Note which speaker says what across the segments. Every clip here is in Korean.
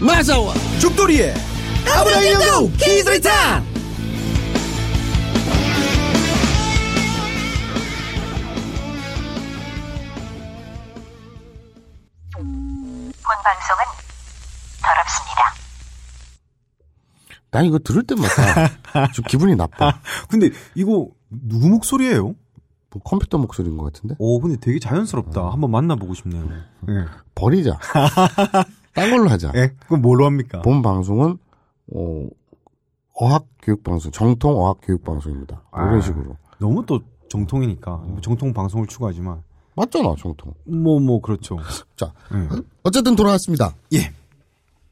Speaker 1: 마사와
Speaker 2: 죽돌이의 아브라함 연구 키즈리탄
Speaker 3: 본 방송은 더럽습니다.
Speaker 4: 난 이거 들을 때마다 좀 기분이 나빠.
Speaker 2: 근데 이거 누구 목소리예요?
Speaker 4: 뭐 컴퓨터 목소리인 것 같은데?
Speaker 2: 오 근데 되게
Speaker 4: 음.
Speaker 2: 자연스럽다. 한번 만나보고 싶네요. 예.
Speaker 4: 버리자. 딴 걸로 하자.
Speaker 2: 예. 그럼 뭘로 합니까?
Speaker 4: 본 방송은 어, 어학 교육 방송, 정통 어학 교육 방송입니다. 뭐
Speaker 2: 아.
Speaker 4: 이런 식으로
Speaker 2: 너무 또 정통이니까
Speaker 4: 음.
Speaker 2: 뭐 정통 방송을 추구하지만
Speaker 4: 맞잖아, 정통.
Speaker 2: 뭐 뭐 그렇죠.
Speaker 4: 자,
Speaker 2: 예.
Speaker 4: 어쨌든 돌아왔습니다.
Speaker 2: 예.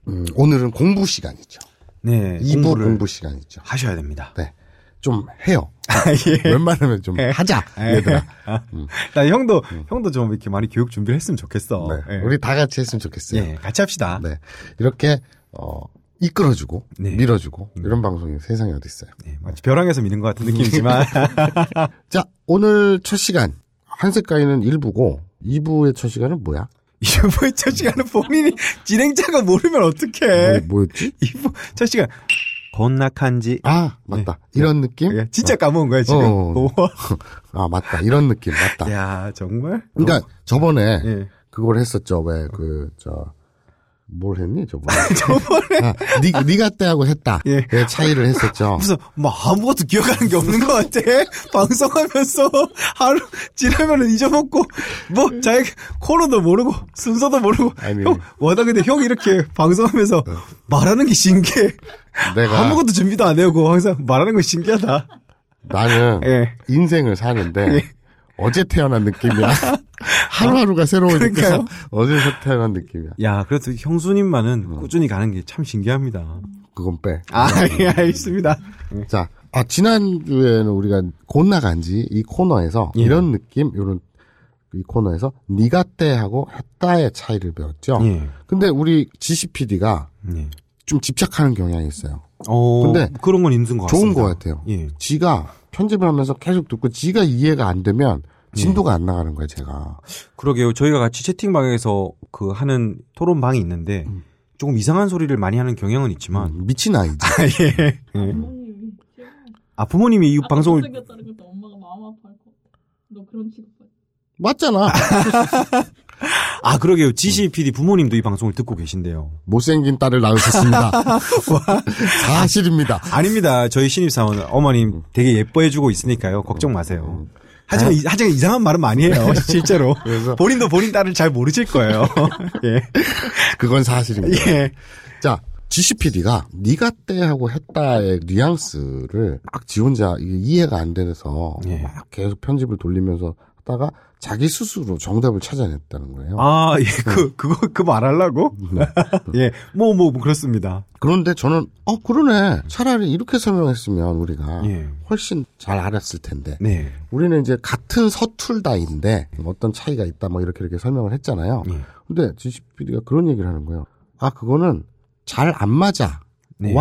Speaker 4: 음, 오늘은 공부 시간이죠.
Speaker 2: 네.
Speaker 4: 이부 공부
Speaker 2: 공부를
Speaker 4: 시간이죠.
Speaker 2: 하셔야 됩니다.
Speaker 4: 네, 좀 해요.
Speaker 2: 예.
Speaker 4: 웬만하면 좀 하자, 얘들아.
Speaker 2: 나 형도 형도 좀 이렇게 많이 교육 준비를 했으면 좋겠어.
Speaker 4: 음. 네,
Speaker 2: 예.
Speaker 4: 우리 다 같이 했으면 좋겠어요.
Speaker 2: 예, 같이 합시다.
Speaker 4: 네, 이렇게 어, 이끌어주고
Speaker 2: 네.
Speaker 4: 밀어주고 이런 방송이 세상에 어디 있어요.
Speaker 2: 예, 마치 벼랑에서 미는 것 같은 느낌이지만
Speaker 4: 자, 오늘 첫 시간 한색가위는 1부고 2부의 첫 시간은 뭐야?
Speaker 2: 이번 첫 시간은 본인이 진행자가 모르면 어떡해.
Speaker 4: 뭐, 였지
Speaker 2: 이번 첫 시간 건락한지
Speaker 4: 아, 맞다. 이런 느낌?
Speaker 2: 예, 네. 진짜 까먹은 거야 지금.
Speaker 4: 어.
Speaker 2: 오.
Speaker 4: 아, 맞다. 이런 느낌. 맞다.
Speaker 2: 야 정말.
Speaker 4: 그러니까 저번에
Speaker 2: 예.
Speaker 4: 그걸 했었죠. 왜 그 저 뭘 했니 저번에? 저번에 아, 니, 가 때하고 했다.
Speaker 2: 예.
Speaker 4: 예. 차이를 했었죠.
Speaker 2: 무슨 막 아무것도 기억하는 게 없는 것 같아. 방송하면서 하루 지나면은 잊어먹고 뭐 자기 코너도 모르고 순서도 모르고.
Speaker 4: 아니.
Speaker 2: 형 와다 근데 형 이렇게 방송하면서 말하는 게 신기해.
Speaker 4: 어. 내가
Speaker 2: 아무것도 준비도 안 해오고 항상 말하는 거 신기하다.
Speaker 4: 나는
Speaker 2: 예.
Speaker 4: 인생을 사는데
Speaker 2: 예.
Speaker 4: 어제 태어난 느낌이야. 하루하루가 새로우니까
Speaker 2: 그러니까요.
Speaker 4: 어제서 태어난 느낌이야.
Speaker 2: 야, 그래도 형수님만은
Speaker 4: 어.
Speaker 2: 꾸준히 가는 게 참 신기합니다.
Speaker 4: 그건 빼.
Speaker 2: 아, 예, 알겠습니다.
Speaker 4: 자, 아, 지난주에는 우리가 곧 나간지 이 코너에서
Speaker 2: 예.
Speaker 4: 이런 느낌, 이런 이 코너에서 니가 때하고 했다의 차이를 배웠죠.
Speaker 2: 예.
Speaker 4: 근데 우리 GCPD가
Speaker 2: 예.
Speaker 4: 좀 집착하는 경향이 있어요.
Speaker 2: 어,
Speaker 4: 근데
Speaker 2: 그런 건 있는 것
Speaker 4: 좋은
Speaker 2: 같습니다.
Speaker 4: 것 같아요.
Speaker 2: 예.
Speaker 4: 지가 편집을 하면서 계속 듣고 지가 이해가 안 되면 진도가 안 나가는 거예요, 제가.
Speaker 2: 그러게요. 저희가 같이 채팅방에서 그 하는 토론방이 있는데 조금 이상한 소리를 많이 하는 경향은 있지만
Speaker 4: 음, 미친 아이지.
Speaker 2: 아, 예. 예.
Speaker 5: 부모님이
Speaker 2: 아, 부모님이 이 방송을
Speaker 5: 생겼다는 것도 엄마가 마음 아파할 것 같아. 너 그런 취급받.
Speaker 4: 맞잖아.
Speaker 2: 아, 그러게요.
Speaker 4: 음.
Speaker 2: 지시 PD 부모님도 이 방송을 듣고 계신데요.
Speaker 4: 못생긴 딸을 낳으셨습니다. 사실입니다.
Speaker 2: 아닙니다. 저희 신입사원
Speaker 4: 음.
Speaker 2: 어머님 되게 예뻐해 주고 있으니까요. 걱정 마세요.
Speaker 4: 아.
Speaker 2: 하지만, 이- 하지만 이상한 말은 많이
Speaker 4: 네.
Speaker 2: 해요. 실제로.
Speaker 4: 그래서
Speaker 2: 본인도 본인 딸을 잘 모르실 거예요. 예.
Speaker 4: 그건 사실입니다.
Speaker 2: 예.
Speaker 4: 자, GCPD가 니가 때하고 했다의 뉘앙스를 막 지 혼자 이게 이해가 안 돼서
Speaker 2: 예.
Speaker 4: 막 계속 편집을 돌리면서 하다가 자기 스스로 정답을 찾아냈다는 거예요.
Speaker 2: 아, 예.
Speaker 4: 음.
Speaker 2: 그, 그거, 그 말하려고? 예. 뭐, 뭐, 뭐 그렇습니다.
Speaker 4: 그런데 저는 어 그러네 차라리 이렇게 설명했으면 우리가
Speaker 2: 예.
Speaker 4: 훨씬 잘 알았을 텐데
Speaker 2: 네.
Speaker 4: 우리는 이제 같은 서툴다인데 어떤 차이가 있다 뭐 이렇게 이렇게 설명을 했잖아요.
Speaker 2: 예.
Speaker 4: 근데 GCPD가 그런 얘기를 하는 거예요. 아 그거는 잘 안 맞아와
Speaker 2: 네.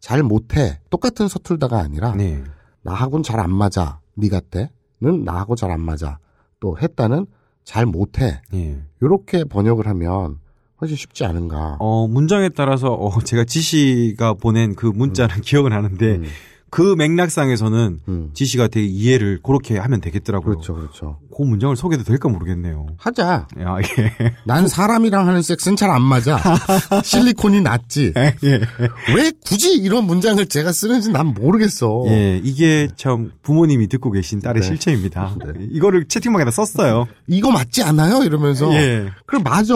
Speaker 4: 잘 못해 똑같은 서툴다가 아니라
Speaker 2: 네.
Speaker 4: 나하고는 잘 안 맞아. 니 같애는 나하고 잘 안 맞아. 또 했다는 잘 못해.
Speaker 2: 예.
Speaker 4: 요렇게 번역을 하면 훨씬 쉽지 않은가.
Speaker 2: 어, 문장에 따라서, 어, 제가 지시가 보낸 그 문자는 기억은 하는데,
Speaker 4: 음,
Speaker 2: 그 맥락상에서는
Speaker 4: 음.
Speaker 2: 지시가 되게 이해를 그렇게 하면 되겠더라고요.
Speaker 4: 그렇죠, 그렇죠.
Speaker 2: 그 문장을 소개도 될까 모르겠네요.
Speaker 4: 하자.
Speaker 2: 야, 예.
Speaker 4: 난 사람이랑 하는 섹스는 잘 안 맞아. 실리콘이 낫지.
Speaker 2: 예.
Speaker 4: 왜 굳이 이런 문장을 제가 쓰는지 난 모르겠어.
Speaker 2: 예, 이게 참 부모님이 듣고 계신 딸의
Speaker 4: 네.
Speaker 2: 실체입니다.
Speaker 4: 네.
Speaker 2: 이거를 채팅방에다 썼어요.
Speaker 4: 이거 맞지 않아요? 이러면서.
Speaker 2: 예.
Speaker 4: 그럼 맞아.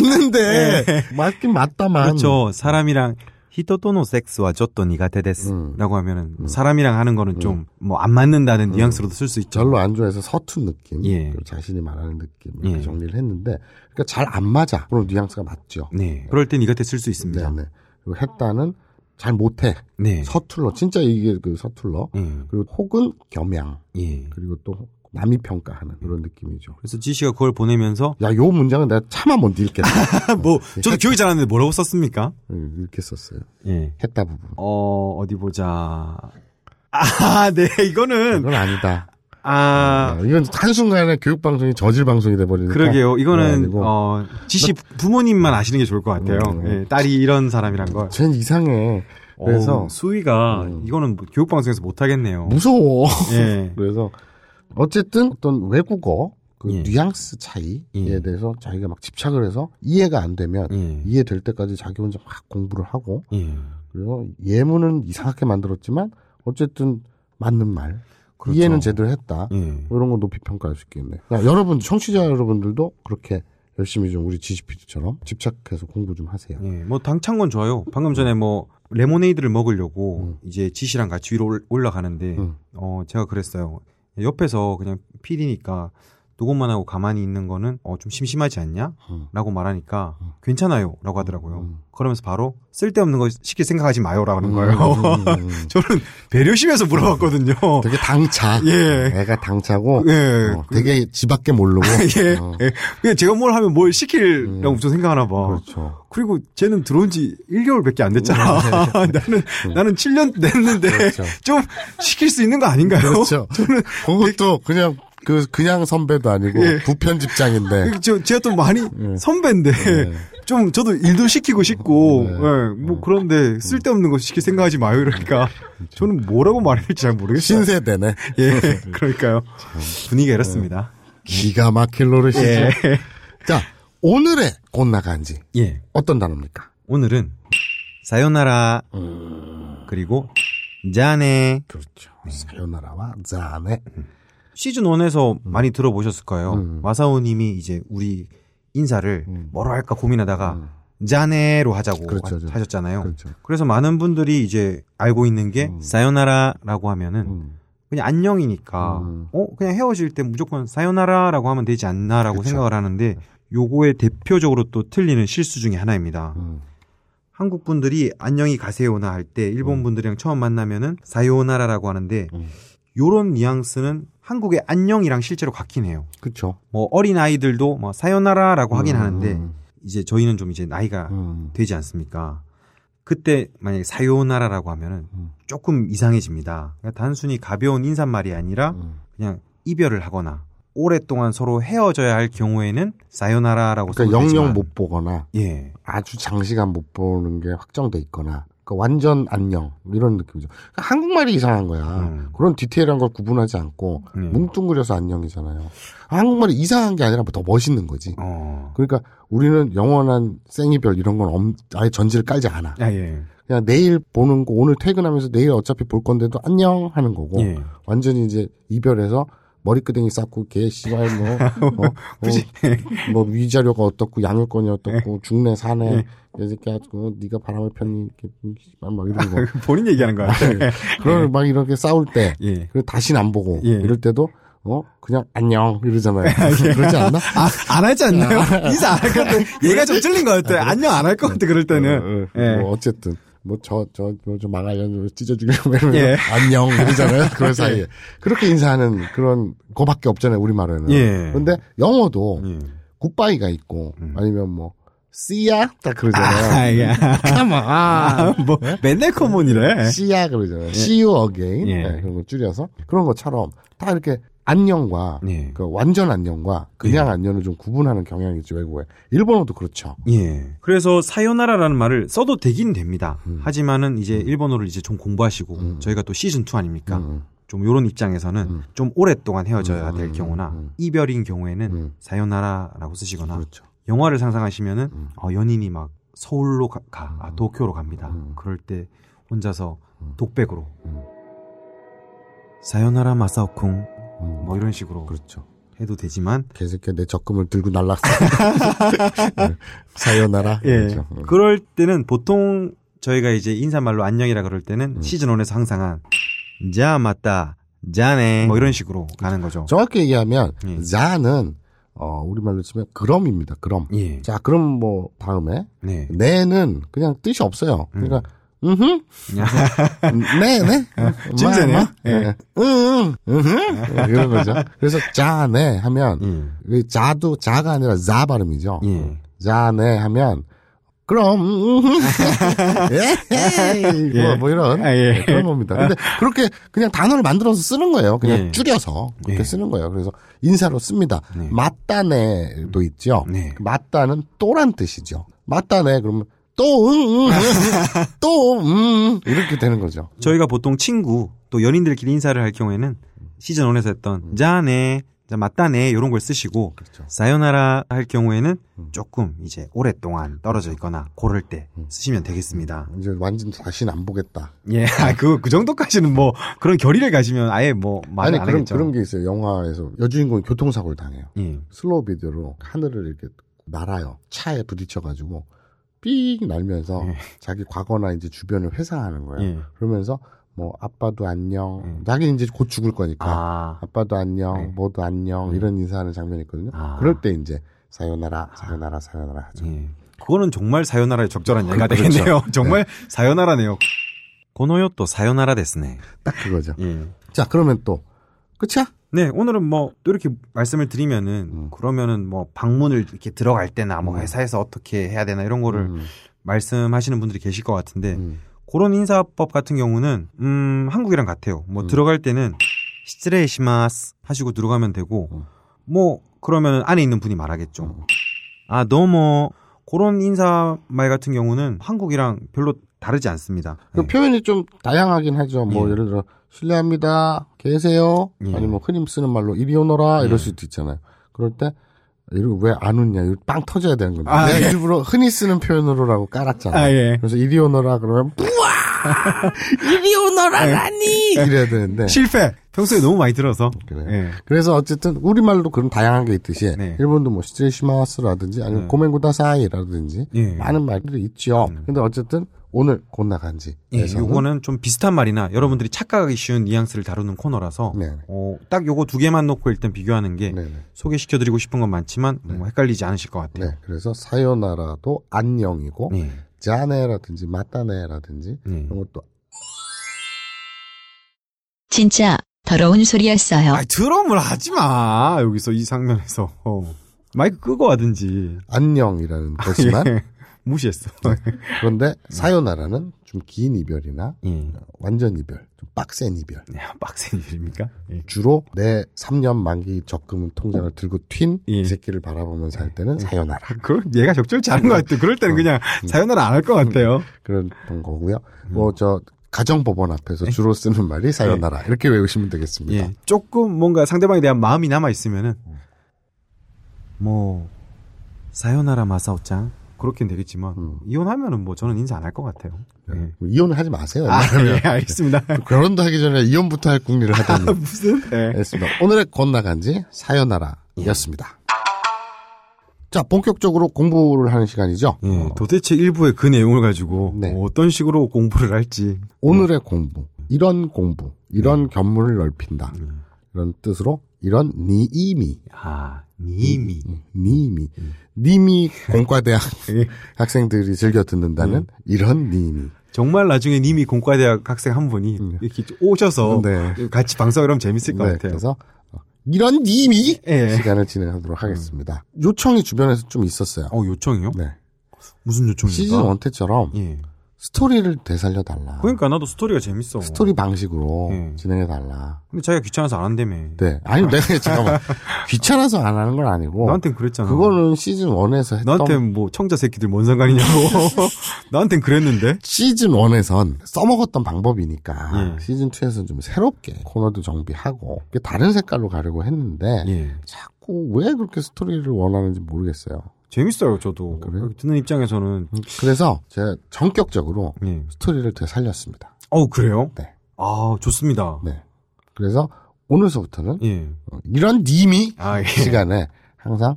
Speaker 4: 맞는데. 맞긴 맞다만.
Speaker 2: 그렇죠. 사람이랑 히토토노 섹스와 저토 니가테
Speaker 4: 음.
Speaker 2: 데스라고 하면은 사람이랑 하는 거는 좀 뭐 안 맞는다는 뉘앙스로도 쓸 수 있죠.
Speaker 4: 별로 안 좋아해서 서툰 느낌,
Speaker 2: 예.
Speaker 4: 그리고 자신이 말하는 느낌 이렇게
Speaker 2: 예.
Speaker 4: 정리를 했는데, 그러니까 잘 안 맞아 그런 뉘앙스가 맞죠.
Speaker 2: 네. 그럴 때 니가테 쓸 수 있습니다.
Speaker 4: 네, 네. 그리고 했다는 잘 못해,
Speaker 2: 네.
Speaker 4: 서툴러, 진짜 이게 그 서툴러,
Speaker 2: 예.
Speaker 4: 그리고 혹은 겸양,
Speaker 2: 예.
Speaker 4: 그리고 또 남이 평가하는 그런 느낌이죠.
Speaker 2: 그래서 지 씨가 그걸 보내면서
Speaker 4: 야, 요 문장은 내가 차마 못 읽겠다
Speaker 2: 뭐
Speaker 4: 네.
Speaker 2: 저도 기억이 잘 안 나는데 뭐라고 썼습니까?
Speaker 4: 응, 이렇게 썼어요.
Speaker 2: 예.
Speaker 4: 했다 부분.
Speaker 2: 어, 어디 보자. 아, 네. 이거는
Speaker 4: 그건 아니다. 네.
Speaker 2: 아,
Speaker 4: 아, 이건 한순간에 교육방송이 저질방송이 돼버리니까.
Speaker 2: 그러게요. 이거는,
Speaker 4: 그래가지고
Speaker 2: 어, 지시 부모님만 아시는 게 좋을 것 같아요.
Speaker 4: 뭐. 음.
Speaker 2: 예, 딸이 이런 사람이란 걸.
Speaker 4: 쟨 이상해. 그래서-
Speaker 2: 어우, 수위가,
Speaker 4: 음.
Speaker 2: 이거는 뭐 교육방송에서 못하겠네요.
Speaker 4: 무서워.
Speaker 2: 예.
Speaker 4: 그래서 어쨌든 어떤 외국어 그
Speaker 2: 예.
Speaker 4: 뉘앙스 차이에
Speaker 2: 예.
Speaker 4: 대해서 자기가 막 집착을 해서 이해가 안 되면
Speaker 2: 예.
Speaker 4: 이해될 때까지 자기 혼자 막 공부를 하고
Speaker 2: 예.
Speaker 4: 그래서 예문은 이상하게 만들었지만 어쨌든 맞는 말
Speaker 2: 그렇죠.
Speaker 4: 이해는 제대로 했다
Speaker 2: 예.
Speaker 4: 이런 건 높이 평가할 수 있겠네. 야, 여러분 청취자 여러분들도 그렇게 열심히 좀 우리 GCPD처럼 집착해서 공부 좀 하세요.
Speaker 2: 예, 뭐 당찬 건 좋아요. 방금 전에 뭐 레모네이드를 먹으려고
Speaker 4: 음.
Speaker 2: 이제 지시랑 같이 위로 올- 올라가는데
Speaker 4: 음.
Speaker 2: 어 제가 그랬어요. 옆에서 그냥 PD니까 녹음만 하고 가만히 있는 거는 어 좀 심심하지 않냐?
Speaker 4: 음.
Speaker 2: 라고 말하니까
Speaker 4: 음.
Speaker 2: 괜찮아요. 라고 하더라고요.
Speaker 4: 음.
Speaker 2: 그러면서 바로 쓸데없는 거 시킬 생각하지 마요. 라는 거예요.
Speaker 4: 음, 음, 음.
Speaker 2: 저는 배려심에서 물어봤거든요.
Speaker 4: 되게 당차.
Speaker 2: 예.
Speaker 4: 애가 당차고
Speaker 2: 예.
Speaker 4: 어, 되게 집밖에 모르고.
Speaker 2: 예.
Speaker 4: 어,
Speaker 2: 예. 그냥 제가 뭘 하면 뭘 시킬라고
Speaker 4: 음.
Speaker 2: 무조건 생각하나 봐.
Speaker 4: 그렇죠.
Speaker 2: 그리고 쟤는 들어온 지 1개월밖에 안 됐잖아.
Speaker 4: 네,
Speaker 2: 나는, 나는 7년 됐는데
Speaker 4: 그렇죠.
Speaker 2: 좀 시킬 수 있는 거 아닌가요?
Speaker 4: 그렇죠. 그것도 그냥 그 그냥 선배도 아니고
Speaker 2: 예.
Speaker 4: 부편집장인데.
Speaker 2: 그
Speaker 4: 네.
Speaker 2: 저, 제가 또 많이
Speaker 4: 예.
Speaker 2: 선배인데 좀 저도 일도 시키고 싶고
Speaker 4: 네.
Speaker 2: 예, 뭐
Speaker 4: 음.
Speaker 2: 그런데 쓸데없는 거 시킬 생각하지 마요 이러니까 저는 뭐라고 말해야 될지 잘 모르겠어요.
Speaker 4: 그렇죠. 신세대네.
Speaker 2: 예, 그러니까요. 분위기가 이렇습니다.
Speaker 4: 기가 막힐 노릇이죠.
Speaker 2: 예.
Speaker 4: 자, 오늘의 꽃나간지
Speaker 2: 예,
Speaker 4: 어떤 단어입니까?
Speaker 2: 오늘은 사요나라
Speaker 4: 음.
Speaker 2: 그리고 자네
Speaker 4: 그렇죠. 사요나라와 자네.
Speaker 2: 시즌 1에서 많이 들어보셨을 거예요.
Speaker 4: 음.
Speaker 2: 마사오 님이 이제 우리 인사를
Speaker 4: 음.
Speaker 2: 뭐로 할까 고민하다가 자네로 하자고
Speaker 4: 그렇죠, 그렇죠.
Speaker 2: 하- 하셨잖아요.
Speaker 4: 음. 그렇죠.
Speaker 2: 그래서 많은 분들이 이제 알고 있는 게
Speaker 4: 음.
Speaker 2: 사요나라라고 하면은
Speaker 4: 음.
Speaker 2: 그냥 안녕이니까
Speaker 4: 음.
Speaker 2: 어 그냥 헤어질 때 무조건 사요나라라고 하면 되지 않나라고
Speaker 4: 그쵸.
Speaker 2: 생각을 하는데 요거의 대표적으로 또 틀리는 실수 중에 하나입니다.
Speaker 4: 음.
Speaker 2: 한국 분들이 안녕히 가세요나 할 때 일본
Speaker 4: 음.
Speaker 2: 분들이랑 처음 만나면은 사요나라라고 하는데
Speaker 4: 음.
Speaker 2: 요런 뉘앙스는 한국의 안녕이랑 실제로 같긴 해요.
Speaker 4: 그렇죠.
Speaker 2: 뭐 어린 아이들도 뭐 사요나라라고 하긴
Speaker 4: 음,
Speaker 2: 하는데
Speaker 4: 음,
Speaker 2: 이제 저희는 좀 이제 나이가
Speaker 4: 음.
Speaker 2: 되지 않습니까? 그때 만약에 사요나라라고 하면은
Speaker 4: 음.
Speaker 2: 조금 이상해집니다. 그러니까 단순히 가벼운 인사말이 아니라
Speaker 4: 음.
Speaker 2: 그냥 이별을 하거나 오랫동안 서로 헤어져야 할 경우에는 사요나라라고
Speaker 4: 그러니까
Speaker 2: 써도
Speaker 4: 영영
Speaker 2: 되지만-
Speaker 4: 못 보거나
Speaker 2: 예.
Speaker 4: 아주 장시간 못 보는 게 확정돼 있거나 그러니까 완전 안녕 이런 느낌이죠. 그러니까 한국말이 이상한 거야.
Speaker 2: 음.
Speaker 4: 그런 디테일한 걸 구분하지 않고
Speaker 2: 예.
Speaker 4: 뭉뚱그려서 안녕이잖아요. 한국말이 이상한 게 아니라 더 멋있는 거지.
Speaker 2: 어.
Speaker 4: 그러니까 우리는 영원한 생이별 이런 건 엄- 아예 전제를 깔지 않아.
Speaker 2: 아, 예.
Speaker 4: 그냥 내일 보는 거 오늘 퇴근하면서 내일 어차피 볼 건데도 안녕 하는 거고
Speaker 2: 예.
Speaker 4: 완전히 이제 이별해서 머리끄댕이 쌓고 개 씨발 뭐 어,
Speaker 2: 굳이.
Speaker 4: 어, 뭐 위자료가 어떻고 양육권이 어떻고 죽네 사네 이 새끼 아주 그 네가 바람을 폈니 이렇게 씨발 막 이런 거
Speaker 2: 본인 얘기하는 거 같아요.
Speaker 4: 그런 막 이렇게 싸울 때
Speaker 2: 예.
Speaker 4: 그리고 다시는 안 보고
Speaker 2: 예.
Speaker 4: 이럴 때도 어 그냥 안녕 이러잖아요 그러지 않나?
Speaker 2: 아, 안 하지 않나요?
Speaker 4: 아.
Speaker 2: 인사 안 할 것 같아. 얘가 좀 찔린 것 같아. 안녕 안 할 것 같아, 그럴 때는.
Speaker 4: 어, 어,
Speaker 2: 예.
Speaker 4: 뭐 어쨌든 뭐 저 저 저 망하려는 찢어 뭐 죽이려고 이러면서
Speaker 2: 예.
Speaker 4: 안녕 이러잖아요. 그런 사이에 그렇게 인사하는 그런 거밖에 없잖아요 우리 말에는.
Speaker 2: 예.
Speaker 4: 근데 영어도
Speaker 2: 예.
Speaker 4: 굿바이가 있고
Speaker 2: 음.
Speaker 4: 아니면 뭐 씨야 딱
Speaker 2: 아,
Speaker 4: 그러잖아요.
Speaker 2: 예.
Speaker 4: 가마
Speaker 2: 아, 뭐, 맨날 커먼이래.
Speaker 4: 씨야 그러잖아요. see you again
Speaker 2: 예.
Speaker 4: 네, 그런 거 줄여서 그런 것처럼 다 이렇게 안녕과
Speaker 2: 예.
Speaker 4: 그 완전 안녕과 그냥 안녕을 좀 구분하는 경향이 있죠 외국에. 일본어도 그렇죠.
Speaker 2: 예. 그래서 사요나라라는 말을 써도 되긴 됩니다.
Speaker 4: 음.
Speaker 2: 하지만은 이제 일본어를 이제 좀 공부하시고
Speaker 4: 음.
Speaker 2: 저희가 또 시즌 2 아닙니까?
Speaker 4: 음,
Speaker 2: 좀 요런 입장에서는
Speaker 4: 음.
Speaker 2: 좀 오랫동안 헤어져야
Speaker 4: 음,
Speaker 2: 될
Speaker 4: 음,
Speaker 2: 경우나
Speaker 4: 음.
Speaker 2: 이별인 경우에는
Speaker 4: 음.
Speaker 2: 사요나라라고 쓰시거나
Speaker 4: 그렇죠.
Speaker 2: 영화를 상상하시면은
Speaker 4: 음.
Speaker 2: 어, 연인이 막 서울로 가, 가- 아,
Speaker 4: 음.
Speaker 2: 도쿄로 갑니다.
Speaker 4: 음.
Speaker 2: 그럴 때 혼자서
Speaker 4: 음.
Speaker 2: 독백으로
Speaker 4: 음.
Speaker 2: 사요나라 마사오쿵
Speaker 4: 음,
Speaker 2: 뭐 이런 식으로
Speaker 4: 그렇죠.
Speaker 2: 해도 되지만
Speaker 4: 개새끼 내 적금을 들고 날랐어. 네. 사요나라.
Speaker 2: 예.
Speaker 4: 그렇죠. 음.
Speaker 2: 그럴 때는 보통 저희가 이제 인사말로 안녕이라 그럴 때는
Speaker 4: 음.
Speaker 2: 시즌 1에서 항상 한 자, 맞다, 자네 뭐 이런 식으로 가는 거죠.
Speaker 4: 정확히 얘기하면
Speaker 2: 예.
Speaker 4: 자는 어, 우리말로 치면 그럼입니다. 그럼.
Speaker 2: 예.
Speaker 4: 자, 그럼 뭐 다음에
Speaker 2: 네.
Speaker 4: 내는 그냥 뜻이 없어요.
Speaker 2: 음.
Speaker 4: 그러니까 음. 흠 네네.
Speaker 2: 진짜네. 예.
Speaker 4: 응. 응. 이런 거죠. 그래서 자네 하면 그
Speaker 2: 예.
Speaker 4: 예. 이 자도 자가 아니라 자 발음이죠.
Speaker 2: 예.
Speaker 4: 자네 하면 그럼 예? 음, 에헤이, 뭐,
Speaker 1: 예.
Speaker 4: 뭐 이런
Speaker 1: 아, 예.
Speaker 4: 네, 그런 겁니다. 근데 그렇게 그냥 단어를 만들어서 쓰는 거예요. 그냥
Speaker 1: 예.
Speaker 4: 줄여서 그렇게
Speaker 1: 예.
Speaker 4: 쓰는 거예요. 그래서 인사로 씁니다.
Speaker 1: 네.
Speaker 4: 맞다네도 있죠.
Speaker 1: 네.
Speaker 4: 그 맞다는 또란 뜻이죠. 맞다네 그러면 또응또음 이렇게 되는 거죠.
Speaker 2: 저희가 보통 친구 또 연인들끼리 인사를 할 경우에는 시즌 1에서 했던
Speaker 4: 음.
Speaker 2: 자네, 자 맞다네 이런 걸 쓰시고
Speaker 4: 그렇죠.
Speaker 2: 사요나라 할 경우에는
Speaker 4: 음.
Speaker 2: 조금 이제 오랫동안 떨어져 있거나 고를 때
Speaker 4: 음.
Speaker 2: 쓰시면 되겠습니다.
Speaker 4: 이제 완전 다시는 안 보겠다.
Speaker 2: 예, 그그 정도까지는 뭐 그런 결의를 가지면 아예 뭐
Speaker 4: 아니
Speaker 2: 말을 안
Speaker 4: 그런
Speaker 2: 하겠죠.
Speaker 4: 그런 게 있어요. 영화에서 여주인공이 교통사고를 당해요.
Speaker 2: 예.
Speaker 4: 슬로우 비디오로 하늘을 이렇게 날아요. 차에 부딪혀가지고 삥 날면서
Speaker 2: 예.
Speaker 4: 자기 과거나 이제 주변을 회상하는 거예요.
Speaker 2: 예.
Speaker 4: 그러면서 뭐 아빠도 안녕.
Speaker 2: 음.
Speaker 4: 자기 이제 곧 죽을 거니까
Speaker 2: 아,
Speaker 4: 빠도 안녕,
Speaker 2: 네.
Speaker 4: 뭐도 안녕
Speaker 2: 음.
Speaker 4: 이런 인사하는 장면이 있거든요.
Speaker 2: 아.
Speaker 4: 그럴 때 이제 사요나라, 사요나라, 사요나라 하죠.
Speaker 2: 예. 그거는 정말 사요나라에 적절한 예가
Speaker 4: 그렇죠.
Speaker 2: 되겠네요. 정말 사요나라네요. 고노요 또 사요나라 됐네.
Speaker 4: 딱 그거죠.
Speaker 2: 예.
Speaker 4: 자 그러면 또 끝이야?
Speaker 2: 네, 오늘은 뭐, 또 이렇게 말씀을 드리면은,
Speaker 4: 음.
Speaker 2: 그러면은 뭐, 방문을 이렇게 들어갈 때나, 뭐,
Speaker 4: 음.
Speaker 2: 회사에서 어떻게 해야 되나, 이런 거를 네.
Speaker 4: 음,
Speaker 2: 말씀하시는 분들이 계실 것 같은데,
Speaker 4: 음.
Speaker 2: 그런 인사법 같은 경우는, 음, 한국이랑 같아요. 뭐,
Speaker 4: 음.
Speaker 2: 들어갈 때는, 시츠레시마스 하시고 들어가면 되고,
Speaker 4: 음.
Speaker 2: 뭐, 그러면은 안에 있는 분이 말하겠죠.
Speaker 4: 음.
Speaker 2: 아, 너무, 그런 인사말 같은 경우는 한국이랑 별로 다르지 않습니다.
Speaker 4: 그
Speaker 2: 네.
Speaker 4: 표현이 좀 다양하긴 하죠. 뭐
Speaker 2: 예.
Speaker 4: 예. 를 들어 실례합니다, 계세요.
Speaker 2: 예.
Speaker 4: 아니 뭐 흔히 쓰는 말로 이리 오너라
Speaker 2: 예.
Speaker 4: 이럴 수도 있잖아요. 그럴 때 이거 왜 안 웃냐? 이거 빵 터져야 되는 건데
Speaker 1: 아,
Speaker 2: 예.
Speaker 4: 내가 일부러 흔히 쓰는 표현으로라고 깔았잖아. 요
Speaker 1: 예.
Speaker 4: 그래서 이리 오너라 그러면 뿌아 이리 아, 예. 오너라라니 이래야 되는데
Speaker 2: 예. 실패! 평소에 너무 많이 들어서.
Speaker 4: 그래요.
Speaker 2: 예.
Speaker 4: 그래서 어쨌든 우리말로 그런 다양한 게 있듯이
Speaker 2: 네.
Speaker 4: 일본도 뭐 시제시마스라든지 아니면
Speaker 2: 네.
Speaker 4: 고멘구다사이라든지
Speaker 2: 예.
Speaker 4: 음. 많은 말들이 있죠.
Speaker 2: 음.
Speaker 4: 근데 어쨌든 오늘 곤나간지
Speaker 2: 예,
Speaker 4: 에서는
Speaker 2: 요거는 좀 비슷한 말이나 여러분들이 착각하기 쉬운 뉘앙스를 다루는 코너라서
Speaker 4: 네.
Speaker 2: 어, 딱 요거 두 개만 놓고 일단 비교하는 게
Speaker 4: 네, 네.
Speaker 2: 소개시켜드리고 싶은 건 많지만 뭐 헷갈리지 않으실 것 같아요.
Speaker 4: 네, 그래서 사요나라도 안녕이고
Speaker 2: 네.
Speaker 4: 자네라든지 마따네라든지
Speaker 2: 네.
Speaker 4: 이런 것도
Speaker 6: 진짜 더러운 소리였어요.
Speaker 2: 아, 드럼을 하지 마 여기서 이 장면에서 어. 마이크 끄고 하든지
Speaker 4: 안녕이라는 뜻이만
Speaker 2: 예. 음. 무시했어.
Speaker 4: 그런데 사요나라는 좀 긴 이별이나
Speaker 2: 예.
Speaker 4: 완전 이별, 좀 빡센 이별.
Speaker 2: 네, 빡센 일입니까? 예.
Speaker 4: 주로 내 3년 만기 적금 통장을 들고 튄 이
Speaker 2: 예.
Speaker 4: 새끼를 바라보면 살 때는 사요나라
Speaker 2: 그런 얘가 적절치 않은 것 같아요. 그럴 때는
Speaker 4: 어.
Speaker 2: 그냥 사연을 안 할 것 같아요.
Speaker 4: 그런 거고요.
Speaker 2: 음.
Speaker 4: 뭐 저 가정법원 앞에서 주로 쓰는 말이 사요나라 이렇게 외우시면 되겠습니다.
Speaker 2: 예, 조금 뭔가 상대방에 대한 마음이 남아 있으면은 뭐 사요나라 마사오짱 그렇게는 되겠지만
Speaker 4: 음.
Speaker 2: 이혼하면은 뭐 저는 인사 안 할 것 같아요. 예.
Speaker 4: 이혼을 하지 마세요.
Speaker 2: 아, 예, 알겠습니다.
Speaker 4: 결혼도 하기 전에 이혼부터 할 궁리를 하다니.
Speaker 2: 무슨? 예.
Speaker 4: 알겠습니다. 오늘의 건나간지 사연나라였습니다. 자, 본격적으로 공부를 하는 시간이죠.
Speaker 2: 예, 도대체 일부의 그 내용을 가지고
Speaker 4: 어. 네.
Speaker 2: 뭐 어떤 식으로 공부를 할지.
Speaker 4: 오늘의 공부, 이런 공부, 이런
Speaker 2: 음.
Speaker 4: 견문을 넓힌다. 이런 뜻으로 이런 니이미,
Speaker 2: 아, 님이.
Speaker 4: 니이미,
Speaker 2: 음.
Speaker 4: 니미 공과대학
Speaker 2: 예.
Speaker 4: 학생들이 즐겨 듣는다는
Speaker 2: 음.
Speaker 4: 이런 니이미.
Speaker 2: 정말 나중에 님이 공과대학 학생 한 분이
Speaker 4: 음.
Speaker 2: 이렇게 오셔서
Speaker 4: 네.
Speaker 2: 같이 방송을 하면 재밌을 것
Speaker 4: 네,
Speaker 2: 같아요.
Speaker 4: 그래서 어, 이런 니이미
Speaker 2: 예.
Speaker 4: 시간을 진행하도록 하겠습니다.
Speaker 2: 음.
Speaker 4: 요청이 주변에서 좀 있었어요.
Speaker 2: 어, 요청이요?
Speaker 4: 네.
Speaker 2: 무슨 요청입니까?
Speaker 4: 시즌 원때처럼
Speaker 2: 예.
Speaker 4: 스토리를 되살려 달라.
Speaker 2: 그러니까 나도 스토리가 재밌어.
Speaker 4: 스토리 방식으로
Speaker 2: 예.
Speaker 4: 진행해 달라.
Speaker 2: 근데 자기가 귀찮아서 안 한다며.
Speaker 4: 네. 아니 내가 잠깐만 귀찮아서 안 하는 건 아니고
Speaker 2: 나한텐 그랬잖아.
Speaker 4: 어. 그거는 시즌 1에서 했던
Speaker 2: 나한텐 뭐 청자 새끼들 뭔 상관이냐고. 나한텐 그랬는데.
Speaker 4: 시즌 1에선 써먹었던 방법이니까
Speaker 2: 예.
Speaker 4: 시즌 2에서는 좀 새롭게 코너도 정비하고 이게 다른 색깔로 가려고 했는데
Speaker 2: 예.
Speaker 4: 자꾸 왜 그렇게 스토리를 원하는지 모르겠어요.
Speaker 2: 재밌어요, 저도.
Speaker 4: 그래요?
Speaker 2: 듣는 입장에서는.
Speaker 4: 그래서 제가 전격적으로
Speaker 2: 예.
Speaker 4: 스토리를 되살렸습니다.
Speaker 2: 어우, 그래요?
Speaker 4: 네.
Speaker 2: 아, 좋습니다.
Speaker 4: 네. 그래서 오늘서부터는
Speaker 2: 예.
Speaker 4: 어, 이런 님이
Speaker 2: 아, 예.
Speaker 4: 그 시간에 항상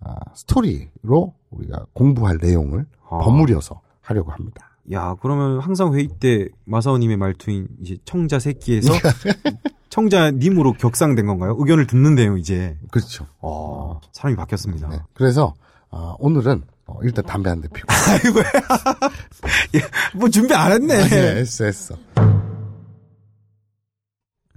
Speaker 4: 아, 스토리로 우리가 공부할 내용을
Speaker 2: 아.
Speaker 4: 버무려서 하려고 합니다.
Speaker 2: 야, 그러면 항상 회의 때 마사오님의 말투인 이제 청자 새끼에서 청자님으로 격상된 건가요? 의견을 듣는 내용 이제.
Speaker 4: 그렇죠.
Speaker 2: 어, 사람이 바뀌었습니다.
Speaker 4: 네. 그래서 아, 오늘은 어, 일단 담배 한 대 피고
Speaker 2: 뭐 준비 안 했네.
Speaker 4: 아니, 했어 했어.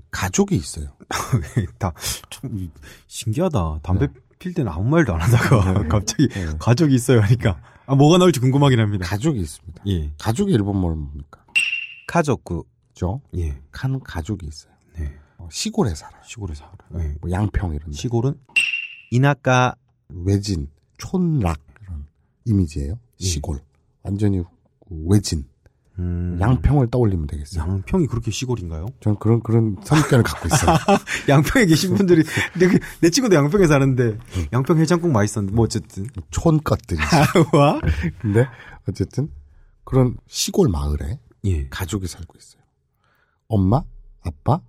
Speaker 4: 가족이 있어요.
Speaker 2: 다좀 신기하다. 담배 필 때는 아무 말도 안 하다가 갑자기
Speaker 4: 네.
Speaker 2: 가족이 있어요 하니까 아, 뭐가 나올지 궁금하긴 합니다.
Speaker 4: 가족이 있습니다.
Speaker 2: 예.
Speaker 4: 가족이 일본말은 뭡니까?
Speaker 2: 가족구.
Speaker 4: 죠?
Speaker 2: 예.
Speaker 4: 칸 가족이 있어요.
Speaker 2: 네.
Speaker 4: 어, 시골에 살아요.
Speaker 2: 시골에 살아. 예.
Speaker 4: 뭐 양평 이런 데.
Speaker 2: 시골은 이나까
Speaker 4: 외진, 촌락 이런 이미지예요.
Speaker 2: 예.
Speaker 4: 시골. 완전히 외진.
Speaker 2: 음,
Speaker 4: 양평을 떠올리면 되겠어요.
Speaker 2: 양평이 그렇게 시골인가요?
Speaker 4: 저는 그런 그런 선입견을 갖고 있어요.
Speaker 2: 양평에 계신 분들이 내, 내 친구도 양평에 사는데 양평 해장국 맛있었는데 뭐 어쨌든
Speaker 4: 촌 것들이지. 뭐?
Speaker 2: 와.
Speaker 4: 근데 어쨌든 그런 시골 마을에
Speaker 2: 예.
Speaker 4: 가족이 살고 있어요. 엄마, 아빠,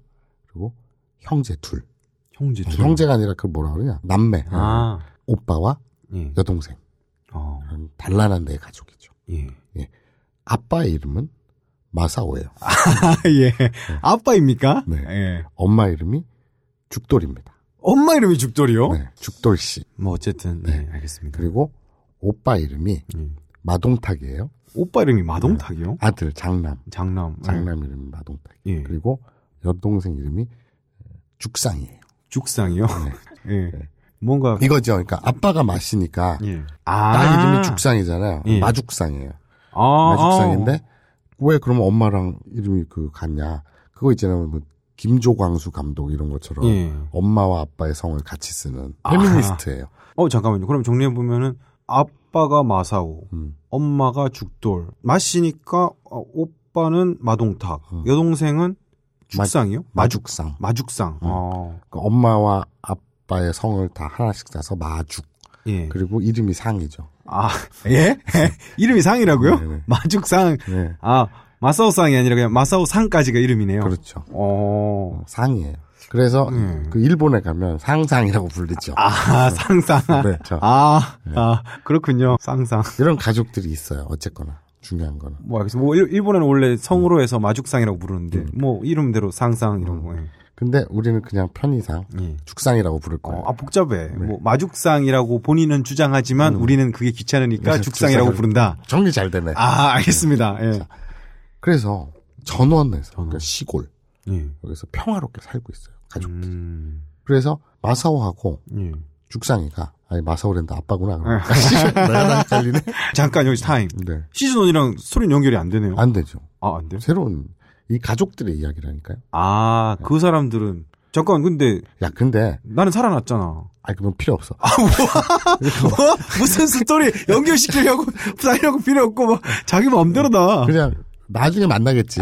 Speaker 4: 그리고 형제 둘.
Speaker 2: 형제
Speaker 4: 아니,
Speaker 2: 둘.
Speaker 4: 형제가 아니라 그 뭐라 그러냐? 남매.
Speaker 2: 음. 아.
Speaker 4: 오빠와
Speaker 2: 예.
Speaker 4: 여동생.
Speaker 2: 어.
Speaker 4: 그런 단란한 내 가족이죠.
Speaker 2: 예.
Speaker 4: 아빠의 이름은 마사오예요.
Speaker 2: 아, 예. 아빠입니까?
Speaker 4: 네.
Speaker 2: 예.
Speaker 4: 엄마 이름이 죽돌입니다.
Speaker 2: 엄마 이름이 죽돌이요?
Speaker 4: 네, 죽돌 씨.
Speaker 2: 뭐 어쨌든 네,
Speaker 4: 네.
Speaker 2: 알겠습니다.
Speaker 4: 그리고 오빠 이름이
Speaker 2: 예.
Speaker 4: 마동탁이에요.
Speaker 2: 오빠 이름이 마동탁이요?
Speaker 4: 아들 장남.
Speaker 2: 장남.
Speaker 4: 네. 장남 이름이 마동탁.
Speaker 2: 예. 예.
Speaker 4: 그리고 여동생 이름이 죽상이에요.
Speaker 2: 죽상이요? 예.
Speaker 4: 네.
Speaker 2: 뭔가
Speaker 4: 이거죠. 그러니까 아빠가 마시니까
Speaker 2: 예.
Speaker 4: 딸
Speaker 2: 아.
Speaker 4: 이름이 죽상이잖아요.
Speaker 2: 예.
Speaker 4: 마죽상이에요.
Speaker 2: 아,
Speaker 4: 마죽상인데 왜 그러면 엄마랑 이름이 그 같냐? 그거 있잖아요. 뭐 김조광수 감독 이런 것처럼
Speaker 2: 예.
Speaker 4: 엄마와 아빠의 성을 같이 쓰는
Speaker 2: 아.
Speaker 4: 페미니스트예요.
Speaker 2: 어, 잠깐만요. 그럼 정리해 보면은 아빠가 마사오,
Speaker 4: 음.
Speaker 2: 엄마가 죽돌. 마시니까 어, 오빠는 마동탁,
Speaker 4: 음.
Speaker 2: 여동생은
Speaker 4: 마-
Speaker 2: 죽상이요?
Speaker 4: 마죽상.
Speaker 2: 마죽상.
Speaker 4: 음.
Speaker 2: 어.
Speaker 4: 그 엄마와 아빠의 성을 다 하나씩 따서 마죽.
Speaker 2: 예.
Speaker 4: 그리고 이름이 상이죠.
Speaker 2: 아, 예? 이름이 상이라고요?
Speaker 4: 네, 네.
Speaker 2: 마죽상.
Speaker 4: 네.
Speaker 2: 아, 마사오 상이 아니라 그냥 마사오 상까지가 이름이네요.
Speaker 4: 그렇죠.
Speaker 2: 어.
Speaker 4: 상이에요. 그래서
Speaker 2: 음.
Speaker 4: 그 일본에 가면 상상이라고 부르죠.
Speaker 2: 아, 상상.
Speaker 4: 네, 저
Speaker 2: 아, 아, 그렇군요. 상상.
Speaker 4: 이런 가족들이 있어요. 어쨌거나 중요한 거는
Speaker 2: 뭐, 알겠습니다. 뭐, 일- 일본에는 원래 성으로 해서 마죽상이라고 부르는데,
Speaker 4: 음.
Speaker 2: 뭐, 이름대로 상상 이런 거예요.
Speaker 4: 근데 우리는 그냥 편의상
Speaker 2: 예.
Speaker 4: 죽상이라고 부를
Speaker 2: 어,
Speaker 4: 거예요.
Speaker 2: 아, 복잡해. 뭐, 마죽상이라고 본인은 주장하지만 우리는 그게 귀찮으니까
Speaker 4: 그래서
Speaker 2: 음. 네, 죽상이라고
Speaker 4: 죽상을-
Speaker 2: 부른다.
Speaker 4: 정리 잘 되네.
Speaker 2: 아, 알겠습니다. 예.
Speaker 4: 그래서 전원에서
Speaker 2: 전원.
Speaker 4: 그러니까 시골
Speaker 2: 예.
Speaker 4: 여기서 평화롭게 살고 있어요. 가족.
Speaker 2: 음,
Speaker 4: 그래서 마사오하고
Speaker 2: 예.
Speaker 4: 죽상이가 아니 마사오랜다 아빠구나. 그러니까 내가 다 헷갈리네.
Speaker 2: 잠깐, 여기서 타임.
Speaker 4: 네.
Speaker 2: 시즌 1이랑 소리는 연결이 안 되네요.
Speaker 4: 안 되죠.
Speaker 2: 아, 안 돼요?
Speaker 4: 새로운 이 가족들의 이야기라니까요.
Speaker 2: 아, 그 사람들은. 잠깐, 근데
Speaker 4: 야 근데
Speaker 2: 나는 살아났잖아. 뭐?
Speaker 4: 아 그러면 필요 없어.
Speaker 1: 뭐? 무슨 스토리 연결시키려고 쌓이려고 필요 없고 뭐 자기 마음대로다.
Speaker 4: 그냥 나중에 만나겠지.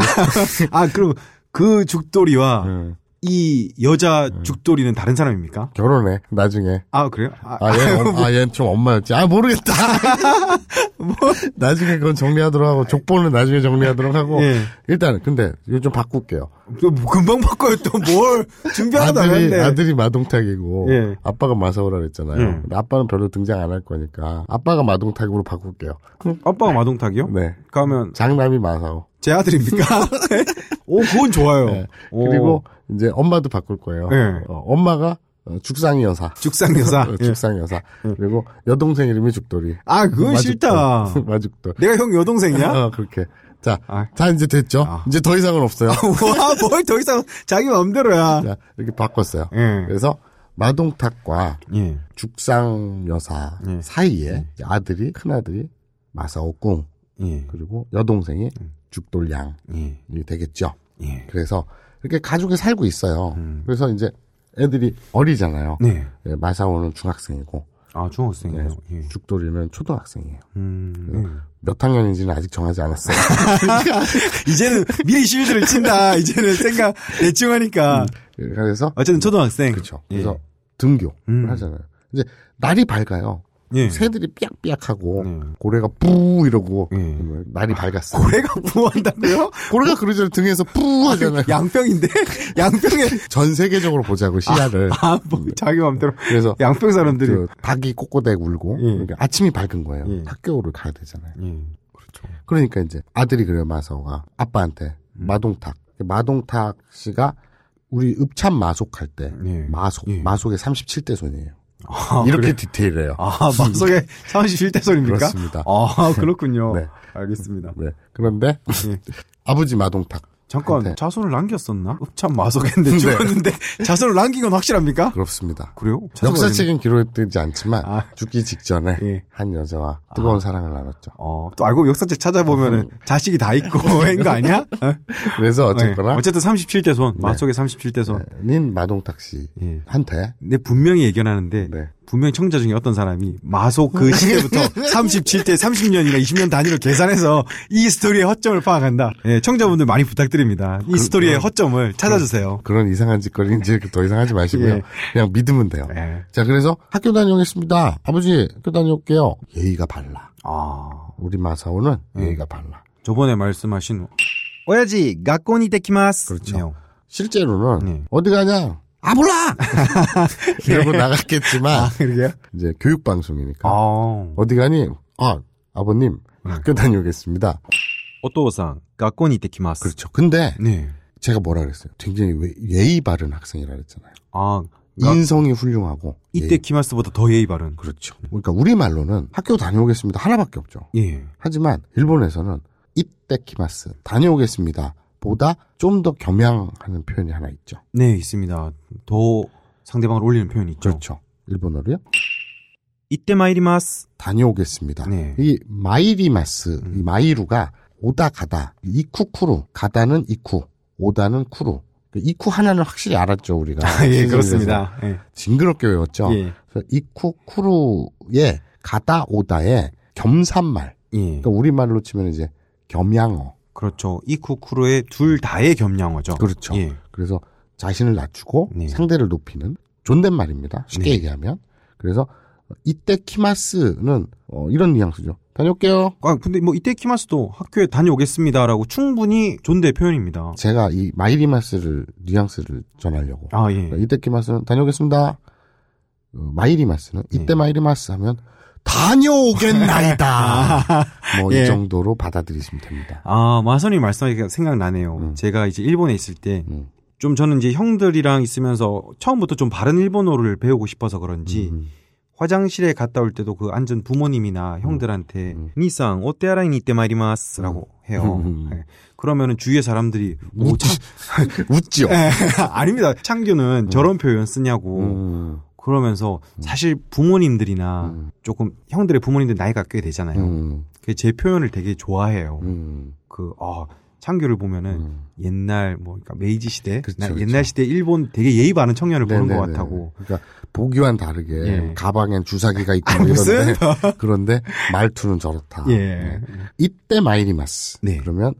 Speaker 2: 아, 그럼 그 죽돌이와
Speaker 4: 음.
Speaker 2: 이 여자 죽돌이는 다른 사람입니까?
Speaker 4: 결혼해 나중에
Speaker 2: 아, 그래요? 아,
Speaker 4: 아, 얘, 엄- 아, 얘는 좀 엄마였지. 아, 모르겠다.
Speaker 2: 뭐?
Speaker 4: 나중에 그건 정리하도록 하고, 족보는 나중에 정리하도록 하고.
Speaker 2: 예.
Speaker 4: 일단, 근데, 이거 좀 바꿀게요.
Speaker 2: 또뭐 금방 바꿔요, 또 뭘. 준비하다
Speaker 4: 아들이,
Speaker 2: 나갔네.
Speaker 4: 아들이 마동탁이고,
Speaker 2: 예.
Speaker 4: 아빠가 마사오라 그랬잖아요.
Speaker 2: 예.
Speaker 4: 근데 아빠는 별로 등장 안 할 거니까, 아빠가 마동탁으로 바꿀게요.
Speaker 2: 아빠가 마동탁이요?
Speaker 4: 네.
Speaker 2: 그러면
Speaker 4: 장남이 마사오.
Speaker 2: 제 아들입니까? 오, 그건 좋아요.
Speaker 4: 네.
Speaker 2: 오.
Speaker 4: 그리고, 이제 엄마도 바꿀 거예요.
Speaker 2: 예.
Speaker 4: 어, 엄마가, 어, 죽상이 여사.
Speaker 2: 죽상 여사.
Speaker 4: 어,
Speaker 2: 예.
Speaker 4: 죽상 여사. 그리고, 여동생 이름이 죽돌이.
Speaker 2: 아, 그건
Speaker 4: 마죽돌.
Speaker 2: 싫다.
Speaker 4: 마죽돌.
Speaker 2: 내가 형 여동생이야?
Speaker 4: 어, 그렇게. 자,
Speaker 2: 아.
Speaker 4: 다 이제 됐죠?
Speaker 2: 아.
Speaker 4: 이제 더 이상은 없어요.
Speaker 2: 와, 뭘 더 이상 자기 마음대로야.
Speaker 4: 자, 이렇게 바꿨어요.
Speaker 2: 예.
Speaker 4: 그래서 마동탁과
Speaker 2: 예.
Speaker 4: 죽상 여사
Speaker 2: 예.
Speaker 4: 사이에 이제 아들이 큰아들이 마사오궁
Speaker 2: 예.
Speaker 4: 그리고 여동생이
Speaker 2: 네.
Speaker 4: 죽돌양이
Speaker 2: 예.
Speaker 4: 되겠죠.
Speaker 2: 예.
Speaker 4: 그래서 이렇게 가족이 살고 있어요.
Speaker 2: 음.
Speaker 4: 그래서 이제 애들이 어리잖아요.
Speaker 2: 네.
Speaker 4: 예, 마사오는 중학생이고
Speaker 2: 아, 중학생이요.
Speaker 4: 네.
Speaker 2: 예.
Speaker 4: 죽돌이는 초등학생이에요. 네.
Speaker 2: 음.
Speaker 4: 몇 학년인지는 아직 정하지 않았어요.
Speaker 2: 예. 이제는 미리 실드를 친다. 이제는 생각 대충 하니까.
Speaker 4: 그래서
Speaker 2: 어쨌든 초등학생.
Speaker 4: 음. 그렇죠.
Speaker 2: 아, 예.
Speaker 4: 그래서 등교를
Speaker 2: 음.
Speaker 4: 하잖아요. 이제 날이 밝아요.
Speaker 2: 예.
Speaker 4: 새들이 삐약삐약하고
Speaker 2: 네.
Speaker 4: 고래가 뿌 이러고
Speaker 2: 예.
Speaker 4: 날이 밝았어. 요
Speaker 2: 고래가 뭐 부한다고요?
Speaker 4: 고래가 그러잖아요. 등에서 뿌 하잖아요.
Speaker 2: 양평인데 양평에
Speaker 4: 전 세계적으로 보자고 시야를.
Speaker 2: 아, 뭐
Speaker 4: 네.
Speaker 2: 자기 맘대로
Speaker 4: 그래서
Speaker 2: 양평 사람들이
Speaker 4: 그 닭이 꼬꼬대 울고
Speaker 2: 예.
Speaker 4: 이렇게 아침이 밝은 거예요.
Speaker 2: 예.
Speaker 4: 학교를 가야 되잖아요.
Speaker 2: 예.
Speaker 4: 그러니까 이제 아들이 그래요 마사오가 아빠한테
Speaker 2: 음.
Speaker 4: 마동탁 마동탁 씨가 우리 읍참 마속할 때
Speaker 2: 예.
Speaker 4: 마속
Speaker 2: 예.
Speaker 4: 마속의 37대 손이에요.
Speaker 2: 아,
Speaker 4: 이렇게 디테일해요.
Speaker 2: 아, 마속에 31대 손입니까?
Speaker 4: 그렇습니다.
Speaker 2: 아, 그렇군요.
Speaker 4: 네.
Speaker 2: 알겠습니다.
Speaker 4: 네. 그런데
Speaker 2: 예.
Speaker 4: 아버지 마동탁
Speaker 2: 잠깐
Speaker 4: 한테.
Speaker 2: 자손을 남겼었나? 읍참 마석했는데 죽었는데 자손을 남긴 건 확실합니까?
Speaker 4: 네. 그렇습니다.
Speaker 2: 그래요?
Speaker 4: 역사책엔 기록되지 않지만
Speaker 2: 아.
Speaker 4: 죽기 직전에
Speaker 2: 예. 아.
Speaker 4: 한 여자와 뜨거운 사랑을 나눴죠.
Speaker 2: 어, 또 알고 역사책 찾아보면은 자식이 다 있고 한 거 아니야? 어?
Speaker 4: 그래서 음. 어쨌거나
Speaker 2: 네. 어쨌든 37대 손, 마속의 37대 손.
Speaker 4: 는 마동탁 씨한테
Speaker 2: 예. 근데 분명히 예견하는데
Speaker 4: 네.
Speaker 2: 분명히 청자 중에 어떤 사람이 마속 그 시대부터 37대 30년이나 20년 단위로 계산해서 이 스토리의 허점을 파악한다. 예, 청자분들 많이 부탁드립니다. 이 스토리의 허점을 찾아주세요.
Speaker 4: 그런 이상한 짓거리는 이제 더 이상 하지 마시고요.
Speaker 2: 예.
Speaker 4: 그냥 믿으면 돼요.
Speaker 2: 예.
Speaker 4: 자 그래서 학교 다녀오겠습니다. 아버지 학교 다녀올게요. 예의가 발라.
Speaker 2: 아,
Speaker 4: 우리 마사오는
Speaker 2: 음.
Speaker 4: 예의가 발라.
Speaker 2: 저번에 말씀하신 오야지 가꼬니 데키마스.
Speaker 4: 그렇죠.
Speaker 2: 네요.
Speaker 4: 실제로는
Speaker 2: 네.
Speaker 4: 어디 가냐? 아 몰라. 이러고 나갔겠지만
Speaker 2: 그러게요?
Speaker 4: 이제 교육 방송이니까
Speaker 2: 아. 음.
Speaker 4: 어디 가니? 아 아버님 학교 다녀오겠습니다.
Speaker 2: 오토상 가꼬니 데키마스.
Speaker 4: 그렇죠. 근데
Speaker 2: 네.
Speaker 4: 제가 뭐라 그랬어요? 굉장히 왜- 예의 바른 학생이라 그랬잖아요.
Speaker 2: 아, 가-
Speaker 4: 인성이 훌륭하고
Speaker 2: 이때 키마스보다 더 예의 바른.
Speaker 4: 그렇죠. 그러니까 우리 말로는 학교 다녀오겠습니다 하나밖에 없죠.
Speaker 2: 예.
Speaker 4: 하지만 일본에서는 이때키마스 다녀오겠습니다 보다 좀 더 겸양하는 표현이 하나 있죠.
Speaker 2: 네, 있습니다. 더 상대방을 올리는 표현이 있죠.
Speaker 4: 그렇죠. 일본어로요.
Speaker 2: 이때 마이리마스.
Speaker 4: 다녀오겠습니다.
Speaker 2: 네.
Speaker 4: 이 마이리마스 이 마이루가 오다 가다 이쿠쿠루 가다는 이쿠 오다는 쿠루 그 이쿠 하나는 확실히 알았죠 우리가.
Speaker 2: 예,
Speaker 4: 시즌에서
Speaker 2: 그렇습니다. 예.
Speaker 4: 징그럽게 외웠죠.
Speaker 2: 예.
Speaker 4: 그래서 이쿠 쿠루의 가다 오다의 겸산말.
Speaker 2: 예.
Speaker 4: 그러니까 우리 말로 치면 이제 겸양어.
Speaker 2: 그렇죠. 이쿠쿠로의 둘 다의 겸양어죠.
Speaker 4: 그렇죠.
Speaker 2: 예.
Speaker 4: 그래서 자신을 낮추고
Speaker 2: 네.
Speaker 4: 상대를 높이는 존댓말입니다. 쉽게
Speaker 2: 네.
Speaker 4: 얘기하면. 그래서 이때 키마스는 어, 이런 뉘앙스죠. 다녀올게요.
Speaker 2: 아, 근데 뭐 이때 키마스도 학교에 다녀오겠습니다라고 충분히 존대 표현입니다.
Speaker 4: 제가 이 마이리마스를 뉘앙스를 전하려고. 그러니까
Speaker 2: 아, 예.
Speaker 4: 이때 키마스는 다녀오겠습니다. 어, 마이리마스는 이때
Speaker 2: 네.
Speaker 4: 마이리마스 하면 다녀오겠나이다. 뭐 이
Speaker 2: 예.
Speaker 4: 정도로 받아들이시면 됩니다.
Speaker 2: 아, 마선이 말씀하니까 생각나네요.
Speaker 4: 음.
Speaker 2: 제가 이제 일본에 있을 때 좀
Speaker 4: 음.
Speaker 2: 저는 이제 형들이랑 있으면서 처음부터 좀 바른 일본어를 배우고 싶어서 그런지
Speaker 4: 음.
Speaker 2: 화장실에 갔다 올 때도 그 앉은 부모님이나 형들한테
Speaker 4: 음.
Speaker 2: 니상 오떼아라인 이때 마이리마스라고 해요.
Speaker 4: 음.
Speaker 2: 예. 그러면은 주위에 사람들이 오,
Speaker 4: 웃지, 뭐 웃지요.
Speaker 2: 네. 아닙니다. 창규는 저런 표현 쓰냐고
Speaker 4: 음.
Speaker 2: 그러면서 사실 부모님들이나
Speaker 4: 음.
Speaker 2: 조금 형들의 부모님들 나이가 꽤 되잖아요.
Speaker 4: 음.
Speaker 2: 그게 제 표현을 되게 좋아해요.
Speaker 4: 음.
Speaker 2: 그 아, 창규를 보면은
Speaker 4: 음.
Speaker 2: 옛날 뭐 그러니까 메이지 시대,
Speaker 4: 그쵸,
Speaker 2: 나-
Speaker 4: 그쵸.
Speaker 2: 옛날 시대 일본 되게 예의 바른 청년을 보는 것
Speaker 4: 네네네.
Speaker 2: 같다고.
Speaker 4: 그러니까 보기와는 다르게
Speaker 2: 예. 아,
Speaker 4: 가방엔 주사기가 있고 뭐 이런데 그런데 말투는 저렇다.
Speaker 2: 예.
Speaker 4: 네. 이때 마이리마스.
Speaker 2: 네.
Speaker 4: 그러면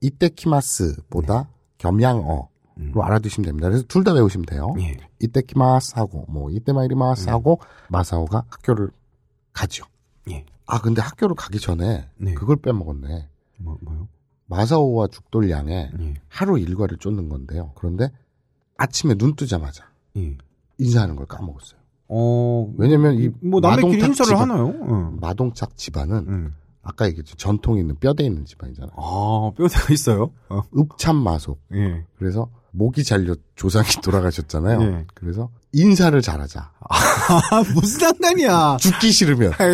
Speaker 4: 이때 키마스보다 겸양어로
Speaker 2: 음.
Speaker 4: 뭐, 알아두시면 어? 됩니다. 그래서 둘 다 외우시면 돼요.
Speaker 2: 예.
Speaker 4: 이때 키마스 하고 뭐 이때 마이리마스 하고 마사오가 학교를 가죠.
Speaker 2: 네. 예.
Speaker 4: 아 근데 학교를 가기 전에
Speaker 2: 네.
Speaker 4: 그걸 빼먹었네.
Speaker 2: 뭐 뭐요?
Speaker 4: 마사오와 죽돌 양의
Speaker 2: 예.
Speaker 4: 하루 일과를 쫓는 건데요. 그런데 아침에 눈 뜨자마자
Speaker 2: 예.
Speaker 4: 인사하는 걸 까먹었어요.
Speaker 2: 어.
Speaker 4: 왜냐면 이
Speaker 2: 뭐 남의끼리
Speaker 4: 마동탁
Speaker 2: 인사를
Speaker 4: 집안-
Speaker 2: 하나요? 어. 음. 응.
Speaker 4: 마동탁 집안은
Speaker 2: 응.
Speaker 4: 아까 얘기했죠 전통 있는 뼈대 있는 집안이잖아요.
Speaker 2: 아 뼈대가 있어요. 어.
Speaker 4: 읍참마속
Speaker 2: 예.
Speaker 4: 그래서 목이 잘려 조상이 돌아가셨잖아요.
Speaker 2: 예.
Speaker 4: 그래서 인사를 잘하자.
Speaker 2: 아 무슨 상관이야?
Speaker 4: 죽기 싫으면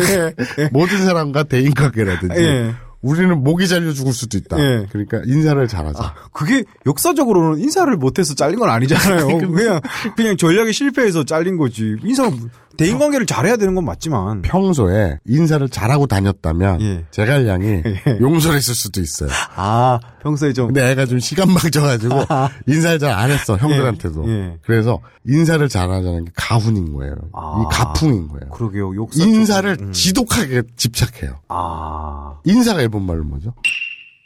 Speaker 4: 모든 사람과 대인 관계라든지
Speaker 2: 예.
Speaker 4: 우리는 목이 잘려 죽을 수도 있다.
Speaker 2: 예. 아.
Speaker 4: 그러니까 인사를 잘하자.
Speaker 2: 그게 역사적으로는 인사를 못해서 잘린 건 아니잖아요. 그냥 그냥 전략에 실패해서 잘린 거지. 인사 대인관계를 잘해야 되는 건 맞지만.
Speaker 4: 평소에 인사를 잘하고 다녔다면
Speaker 2: 예.
Speaker 4: 제갈 양이 용서를 했을 수도 있어요.
Speaker 2: 아 평소에 좀
Speaker 4: 근데 애가 좀 시간 망쳐가지고 인사를 잘 안 했어 형들한테도.
Speaker 2: 아. 예.
Speaker 4: 그래서 인사를 잘하자는 게 가훈인 거예요.
Speaker 2: 아.
Speaker 4: 이 가풍인 거예요.
Speaker 2: 그러게요. 역사
Speaker 4: 인사를
Speaker 2: 쪽은, 음.
Speaker 4: 지독하게 집착해요.
Speaker 2: 아
Speaker 4: 인사가 일본 말로 뭐죠?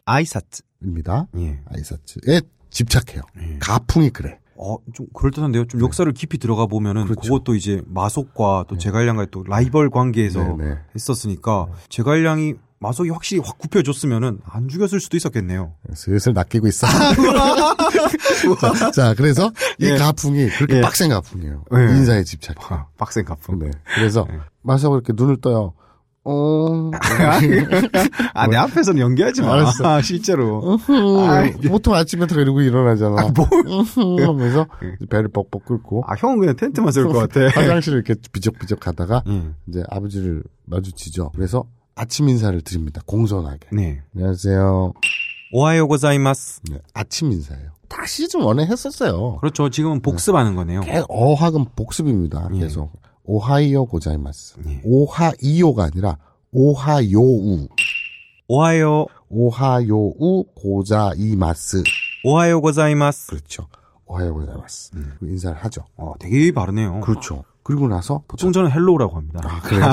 Speaker 2: 아이사츠.
Speaker 4: 입니다.
Speaker 2: 예.
Speaker 4: 아이사츠에 집착해요. 가풍이 그래.
Speaker 2: 어좀 그럴 듯한데요. 좀 역사를 깊이 들어가 보면은
Speaker 4: 네. 그렇죠.
Speaker 2: 그것도 이제 마속과 또 제갈량과의 또 라이벌 관계에서
Speaker 4: 네, 네.
Speaker 2: 했었으니까 제갈량이 마속이 확실히 확 굽혀줬으면은 안 죽였을 수도 있었겠네요.
Speaker 4: 슬슬 낚이고 있어. 자, 자, 그래서 이
Speaker 2: 예.
Speaker 4: 가풍이 그렇게
Speaker 2: 예.
Speaker 4: 빡센 가풍이에요.
Speaker 2: 예.
Speaker 4: 인사에 집착.
Speaker 2: 아, 예. 빡센 가품.
Speaker 4: 네. 그래서 마사고 이렇게 눈을 떠요. 어,
Speaker 2: 아, 내 앞에서는 연기하지 마.
Speaker 4: 알았어.
Speaker 2: 아, 실제로. 아이,
Speaker 4: 으흠. 어, 보통 아침부터 이러고 일어나잖아.
Speaker 2: 아, 뭘.
Speaker 4: 으흠 하면서 배를 뻑뻑 끓고
Speaker 2: 아, 형은 그냥 텐트만 쓸 것 같아.
Speaker 4: 화장실을 이렇게 비적비적 가다가
Speaker 2: 예.
Speaker 4: 이제 아버지를 마주치죠. 그래서 아침 인사를 드립니다. 공손하게.
Speaker 2: 네.
Speaker 4: 안녕하세요.
Speaker 2: 오하이오 고자이마스.
Speaker 4: 네, 아침 인사예요. 다 시즌 원에 했었어요.
Speaker 2: 그렇죠. 지금은 복습하는 거네요.
Speaker 4: 계- 어학은 복습입니다.
Speaker 2: 예.
Speaker 4: 계속 오하이오 고자이마스.
Speaker 2: 예.
Speaker 4: 오하이오가 아니라 오하요우.
Speaker 2: 오하이오,
Speaker 4: 오하요우 고자이마스.
Speaker 2: 오하이오 고자이마스.
Speaker 4: 그렇죠. 오하이오 고자이마스. 그 인사를 하죠.
Speaker 2: 어, 되게 바르네요.
Speaker 4: 음. 그렇죠. 그리고 나서
Speaker 2: 보통 저는 헬로우라고 합니다.
Speaker 4: 아 그래요.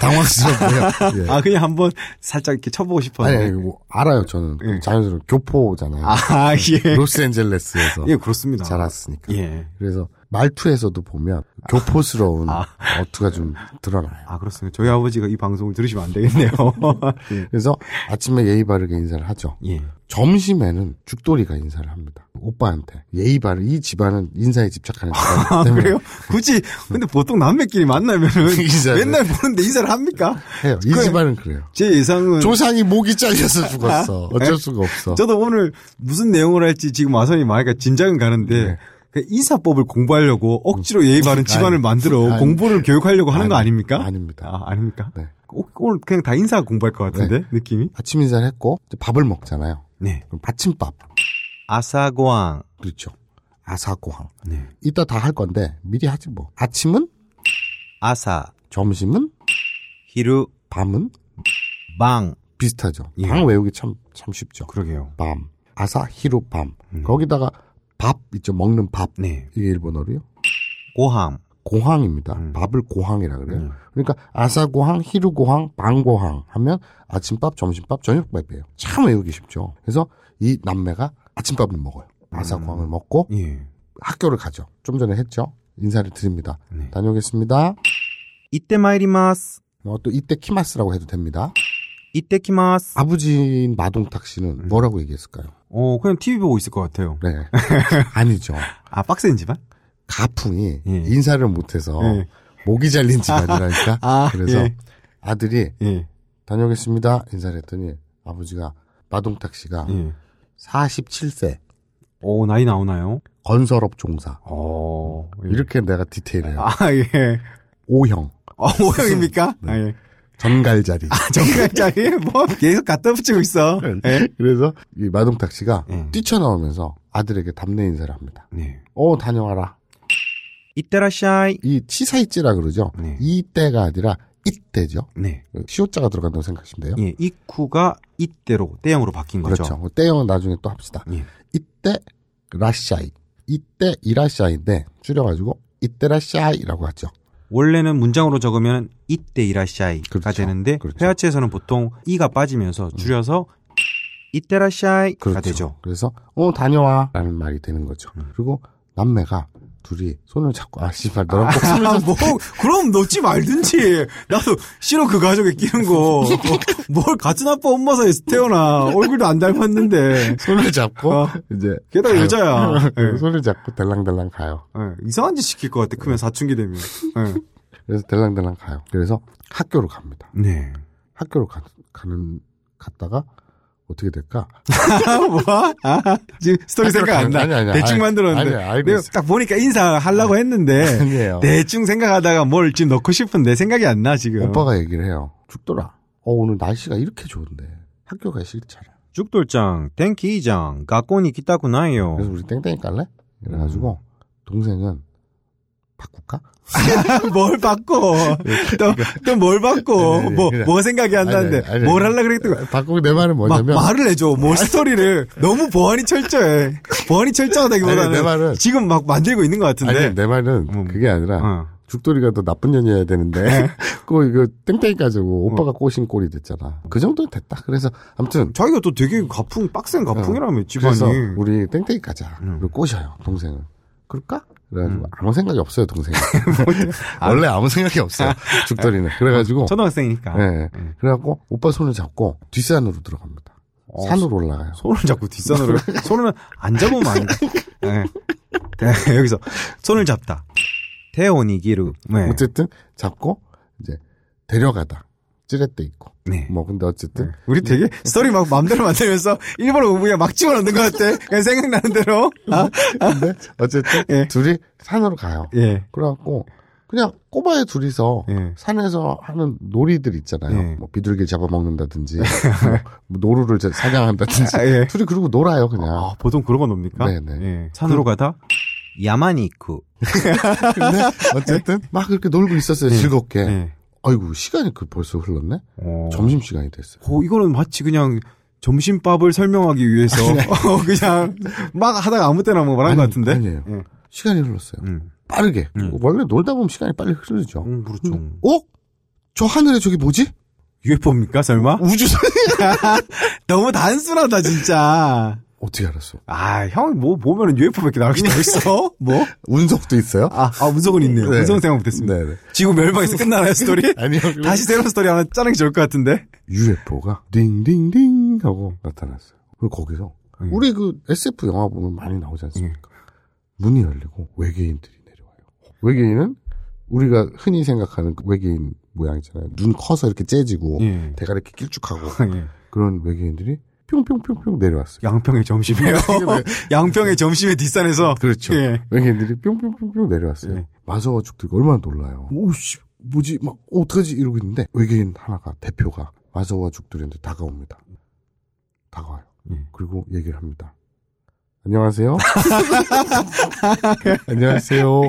Speaker 4: 당황스럽네요. 예.
Speaker 2: 아, 그냥 한번 살짝 이렇게 쳐보고
Speaker 4: 아니,
Speaker 2: 싶었는데.
Speaker 4: 아니 뭐 알아요. 저는 자연스러운 교포잖아요.
Speaker 2: 아, 예.
Speaker 4: 로스앤젤레스에서
Speaker 2: 예, 그렇습니다.
Speaker 4: 자랐으니까.
Speaker 2: 예.
Speaker 4: 그래서 말투에서도 보면 교포스러운
Speaker 2: 아.
Speaker 4: 어투가 좀 드러나요.
Speaker 2: 아, 그렇습니다. 저희 아버지가 이 방송을 들으시면 안 되겠네요.
Speaker 4: 그래서 아침에 예의 바르게 인사를 하죠.
Speaker 2: 예.
Speaker 4: 점심에는 죽돌이가 인사를 합니다. 오빠한테 예의 바르 이 집안은 인사에 집착하는 집안이기 때문에
Speaker 2: 아, 그래요? 굳이, 근데 보통 남매끼리 만나면은
Speaker 4: 인사를
Speaker 2: 맨날 보는데 인사를 합니까?
Speaker 4: 해요. 이
Speaker 2: 그래.
Speaker 4: 집안은 그래요.
Speaker 2: 제 예상은.
Speaker 4: 조상이 목이 잘려서 죽었어. 어쩔 수가 없어.
Speaker 2: 저도 오늘 무슨 내용을 할지 지금 와선이 말하니까 진작은 가는데
Speaker 4: 네.
Speaker 2: 그 인사법을 공부하려고 억지로 예의 바른 집안을
Speaker 4: 아니,
Speaker 2: 만들어
Speaker 4: 아니.
Speaker 2: 공부를 교육하려고 하는 거
Speaker 4: 아니,
Speaker 2: 아닙니까?
Speaker 4: 아닙니다.
Speaker 2: 아, 닙니까
Speaker 4: 네.
Speaker 2: 오늘 그냥 다 인사 공부할 것 같은데 느낌이?
Speaker 4: 아침 인사를 했고 이제 밥을 먹잖아요.
Speaker 2: 네.
Speaker 4: 그럼 아침밥
Speaker 2: 아사고왕.
Speaker 4: 그렇죠. 아사고항.
Speaker 2: 네.
Speaker 4: 이따 다 할 건데 미리 하지 뭐. 아침은
Speaker 2: 아사
Speaker 4: 점심은
Speaker 2: 히루
Speaker 4: 밤은
Speaker 2: 망.
Speaker 4: 비슷하죠.
Speaker 2: 예.
Speaker 4: 방 외우기 참, 참 쉽죠.
Speaker 2: 그러게요.
Speaker 4: 밤. 아사히로 밤.
Speaker 2: 음.
Speaker 4: 거기다가 밥 있죠. 먹는 밥.
Speaker 2: 네.
Speaker 4: 이게 일본어로요.
Speaker 2: 고함.
Speaker 4: 고항입니다.
Speaker 2: 음.
Speaker 4: 밥을 고항이라 그래요.
Speaker 2: 음.
Speaker 4: 그러니까 아사고항, 히루고항, 방고항 하면 아침밥, 점심밥, 저녁밥이에요. 참 외우기 쉽죠. 그래서 이 남매가 아침밥을 먹어요. 아사고항을 먹고
Speaker 2: 예.
Speaker 4: 학교를 가죠. 좀 전에 했죠. 인사를 드립니다.
Speaker 2: 네.
Speaker 4: 다녀오겠습니다.
Speaker 2: 이때 마이리마스.
Speaker 4: 어, 또 이때 키마스라고 해도 됩니다.
Speaker 2: 이때 키마스.
Speaker 4: 아버지인 마동탁 씨는
Speaker 2: 음.
Speaker 4: 뭐라고 얘기했을까요?
Speaker 2: 어, 그냥 TV 보고 있을 것 같아요.
Speaker 4: 네. 아니죠.
Speaker 2: 아, 빡센 집안?
Speaker 4: 가풍이
Speaker 2: 예.
Speaker 4: 인사를 못해서
Speaker 2: 예.
Speaker 4: 목이 잘린 집안이라니까.
Speaker 2: 아,
Speaker 4: 어. 그래서
Speaker 2: 예.
Speaker 4: 아들이
Speaker 2: 예.
Speaker 4: 다녀오겠습니다. 인사를 했더니 아버지가 마동탁 씨가
Speaker 2: 예.
Speaker 4: 47세
Speaker 2: 오, 어, 나이 나오나요?
Speaker 4: 건설업 종사.
Speaker 2: 어. 예.
Speaker 4: 이렇게 내가 디테일해요.
Speaker 2: 아, 예.
Speaker 4: O형.
Speaker 2: 어, 모형입니까?
Speaker 4: 네.
Speaker 2: 아, 예.
Speaker 4: 전갈자리.
Speaker 2: 아, 정갈자리? 뭐, 계속 갖다 붙이고 있어.
Speaker 4: 네.
Speaker 2: 예.
Speaker 4: 그래서 이 마동탁 씨가
Speaker 2: 예.
Speaker 4: 뛰쳐나오면서 아들에게 답례 인사를 합니다.
Speaker 2: 네.
Speaker 4: 어, 다녀와라.
Speaker 2: 이때라샤이.
Speaker 4: 이 치사이찌라 그러죠.
Speaker 2: 네.
Speaker 4: 이때가 아니라 이때죠.
Speaker 2: 네.
Speaker 4: 시옷자가 들어간다고 생각하시면 돼요.
Speaker 2: 예, 이쿠가 이때로, 대형으로 바뀐 거죠.
Speaker 4: 그렇죠. 그 때형은 나중에 또 합시다.
Speaker 2: 예.
Speaker 4: 이때 라샤이, 이때 이라샤이인데 줄여가지고 이때 라샤이라고 하죠.
Speaker 2: 원래는 문장으로 적으면 이때 이라샤이가
Speaker 4: 그렇죠.
Speaker 2: 되는데
Speaker 4: 그렇죠. 음.
Speaker 2: 회화체에서는 보통 이가 빠지면서 줄여서 이때라샤이가
Speaker 4: 그렇죠.
Speaker 2: 되죠.
Speaker 4: 그래서 어 다녀와라는 말이 되는 거죠. 그리고 남매가 둘이 손을 잡고 아 씨발 너랑 꼭 손을
Speaker 1: 아, 뭐, 그럼 넣지 말든지. 나도 싫어, 그 가족에 끼는 거. 어, 뭘 같은 아빠 엄마 사이에서 태어나. 얼굴도 안 닮았는데.
Speaker 4: 손을 잡고
Speaker 1: 어.
Speaker 4: 이제
Speaker 1: 게다가
Speaker 4: 가요.
Speaker 1: 여자야.
Speaker 4: 그리고 손을 잡고 덜랑덜랑 가요.
Speaker 1: 예, 이상한 짓 시킬 것 같아, 크면 사춘기 되면. 예.
Speaker 4: 그래서 덜랑덜랑 가요. 그래서 학교로 갑니다.
Speaker 2: 네.
Speaker 4: 학교로 가, 는 갔다가 어떻게 될까?
Speaker 1: 아, 뭐야? 아, 지금 스토리 생각 안 나.
Speaker 4: 아니, 아니, 아니.
Speaker 1: 대충 만들었는데.
Speaker 4: 아니, 알고
Speaker 1: 내가 네.
Speaker 4: 있어요.
Speaker 1: 딱 보니까 인사하려고 했는데.
Speaker 4: 아니에요.
Speaker 1: 대충 생각하다가 뭘 지금 넣고 싶은데 생각이 안 나, 지금.
Speaker 4: 오빠가 얘기를 해요. 죽더라. 어, 오늘 날씨가 이렇게 좋은데 학교 가기 싫잖아.
Speaker 2: 죽돌장, 땡키이장, 가꼬니 기타쿠나요.
Speaker 4: 그래서 우리 땡땡이 깔래? 이래가지고
Speaker 1: 음.
Speaker 4: 동생은 바꿀까?
Speaker 1: 뭘 받고. 또, 또 뭘 받고.
Speaker 4: 아니, 아니,
Speaker 1: 뭐,
Speaker 4: 네, 그냥-
Speaker 1: 뭐 생각이 안
Speaker 4: 아니, 아니,
Speaker 1: 나는데.
Speaker 4: 아니,
Speaker 1: 뭘
Speaker 4: 아니.
Speaker 1: 하려고 그랬던 거야.
Speaker 4: 바꾸고 내 말은
Speaker 1: 네. 막
Speaker 4: 뭐냐면
Speaker 1: 말을 해줘. 뭐 스토리를. 너무 보안이 철저해. 보안이
Speaker 4: 아니, 내
Speaker 1: 철저하다기보다는.
Speaker 4: 말은
Speaker 1: 지금 막 만들고 있는 것
Speaker 4: 아니
Speaker 1: 같은데.
Speaker 4: 내 말은
Speaker 2: 음.
Speaker 4: 그게 아니라
Speaker 2: 어.
Speaker 4: 죽돌이가 더 나쁜 년이어야
Speaker 1: 네.
Speaker 4: 되는데 꼭 이거 땡땡이
Speaker 1: 어.
Speaker 4: 가지고 오빠가 꼬신 꼴이 됐잖아. 그 정도는 됐다. 그래서 아무튼
Speaker 1: 자기가 또 되게 가풍, 빡센 가풍이라며, 집안이.
Speaker 4: 어. 그래서 우리 뭐 땡땡이 가자.
Speaker 2: 음.
Speaker 4: 그리고 꼬셔요 동생을. 그럴까? 그래가지고
Speaker 2: 음.
Speaker 4: 아무 생각이 없어요 동생이. 원래 아무 생각이 없어요 죽돌이는. 그래가지고
Speaker 2: 초등학생이니까.
Speaker 4: 예.
Speaker 2: 음.
Speaker 4: 그래갖고 오빠 손을 잡고 뒷산으로 들어갑니다.
Speaker 2: 어,
Speaker 4: 산으로 올라가요.
Speaker 2: 손을 자꾸 뒷손으로 손을 안 잡으면 안 돼. 네. 네, 여기서 손을 잡다. 태오니 기루. 네.
Speaker 4: 어쨌든 잡고 이제 데려가다 찌렛대 있고
Speaker 2: 네.
Speaker 4: 뭐 근데 어쨌든
Speaker 1: 우리 되게 스토리 막 마음대로 만들면서 일본어 그냥 막 집어넣는 것 같아. 그냥 생각나는 대로. 아?
Speaker 2: 네.
Speaker 4: 근데 어쨌든
Speaker 1: 예.
Speaker 4: 둘이 산으로 가요.
Speaker 1: 예.
Speaker 4: 그래갖고 그 그냥 꼬마애 둘이서
Speaker 2: 예.
Speaker 4: 산에서 하는 놀이들 있잖아요.
Speaker 2: 예.
Speaker 4: 뭐 비둘기를 잡아먹는다든지, 뭐 노루를 자- 사냥한다든지.
Speaker 2: 아, 예.
Speaker 4: 둘이 그러고 놀아요, 그냥.
Speaker 2: 아, 보통 그런 건 옵니까?
Speaker 4: 네, 네.
Speaker 2: 예. 산으로 가다
Speaker 1: 야마니쿠.
Speaker 4: 근데 어쨌든 네. 막 그렇게 놀고 있었어요,
Speaker 2: 예.
Speaker 4: 즐겁게.
Speaker 2: 예.
Speaker 4: 아이고, 시간이 그 벌써 흘렀네?
Speaker 2: 어.
Speaker 4: 점심시간이 됐어요.
Speaker 2: 어, 이거는 마치 그냥 점심밥을 설명하기 위해서 어, 그냥 막 하다가 아무 때나 뭐 말한
Speaker 4: 아니,
Speaker 2: 것 같은데.
Speaker 4: 아니에요.
Speaker 2: 예.
Speaker 4: 시간이 흘렀어요.
Speaker 2: 음.
Speaker 4: 빠르게.
Speaker 2: 음.
Speaker 4: 원래 놀다 보면 시간이 빨리 흐르죠.
Speaker 2: 음, 그렇죠.
Speaker 4: 어? 저 하늘에 저기 뭐지?
Speaker 2: UFO입니까, 설마?
Speaker 4: 우주선?
Speaker 2: 너무 단순하다, 진짜.
Speaker 4: 어떻게 알았어?
Speaker 2: 아, 형, 뭐, 보면은 UFO밖에 나올 게더 있어? 뭐?
Speaker 4: 운석도 있어요?
Speaker 2: 아, 아, 운석은 있네요.
Speaker 4: 네.
Speaker 2: 운석은 생각 못했습니다.
Speaker 4: 네네.
Speaker 2: 지구 멸망에서 끝나나요, 스토리?
Speaker 4: 아니요.
Speaker 2: 다시 새로운 스토리 하나 짜는 게 좋을 것 같은데?
Speaker 4: UFO가 딩딩딩 하고 나타났어요. 그리고 거기서
Speaker 2: 음.
Speaker 4: 우리 그 SF 영화 보면 많이 나오지 않습니까? 문이 열리고 외계인들이 내려와요. 외계인은 우리가 흔히 생각하는 그 외계인 모양 있잖아요. 눈 커서 이렇게 째지고
Speaker 2: 예.
Speaker 4: 대가리 이렇게 길쭉하고
Speaker 2: 예.
Speaker 4: 그런 외계인들이 뿅뿅뿅뿅 내려왔어요.
Speaker 2: 양평의 점심이에요. 양평의 점심의 뒷산에서.
Speaker 4: 그렇죠.
Speaker 2: 예.
Speaker 4: 외계인들이 뿅뿅뿅뿅 내려왔어요.
Speaker 2: 예.
Speaker 4: 마사와 죽들이 얼마나 놀라요. 네. 오씨, 뭐지, 막, 어, 어떡하지? 이러고 있는데, 외계인 하나가, 대표가 마사와 죽들이한테 다가옵니다. 다가와요.
Speaker 2: 예.
Speaker 4: 그리고 얘기를 합니다. 네. 안녕하세요. 안녕하세요.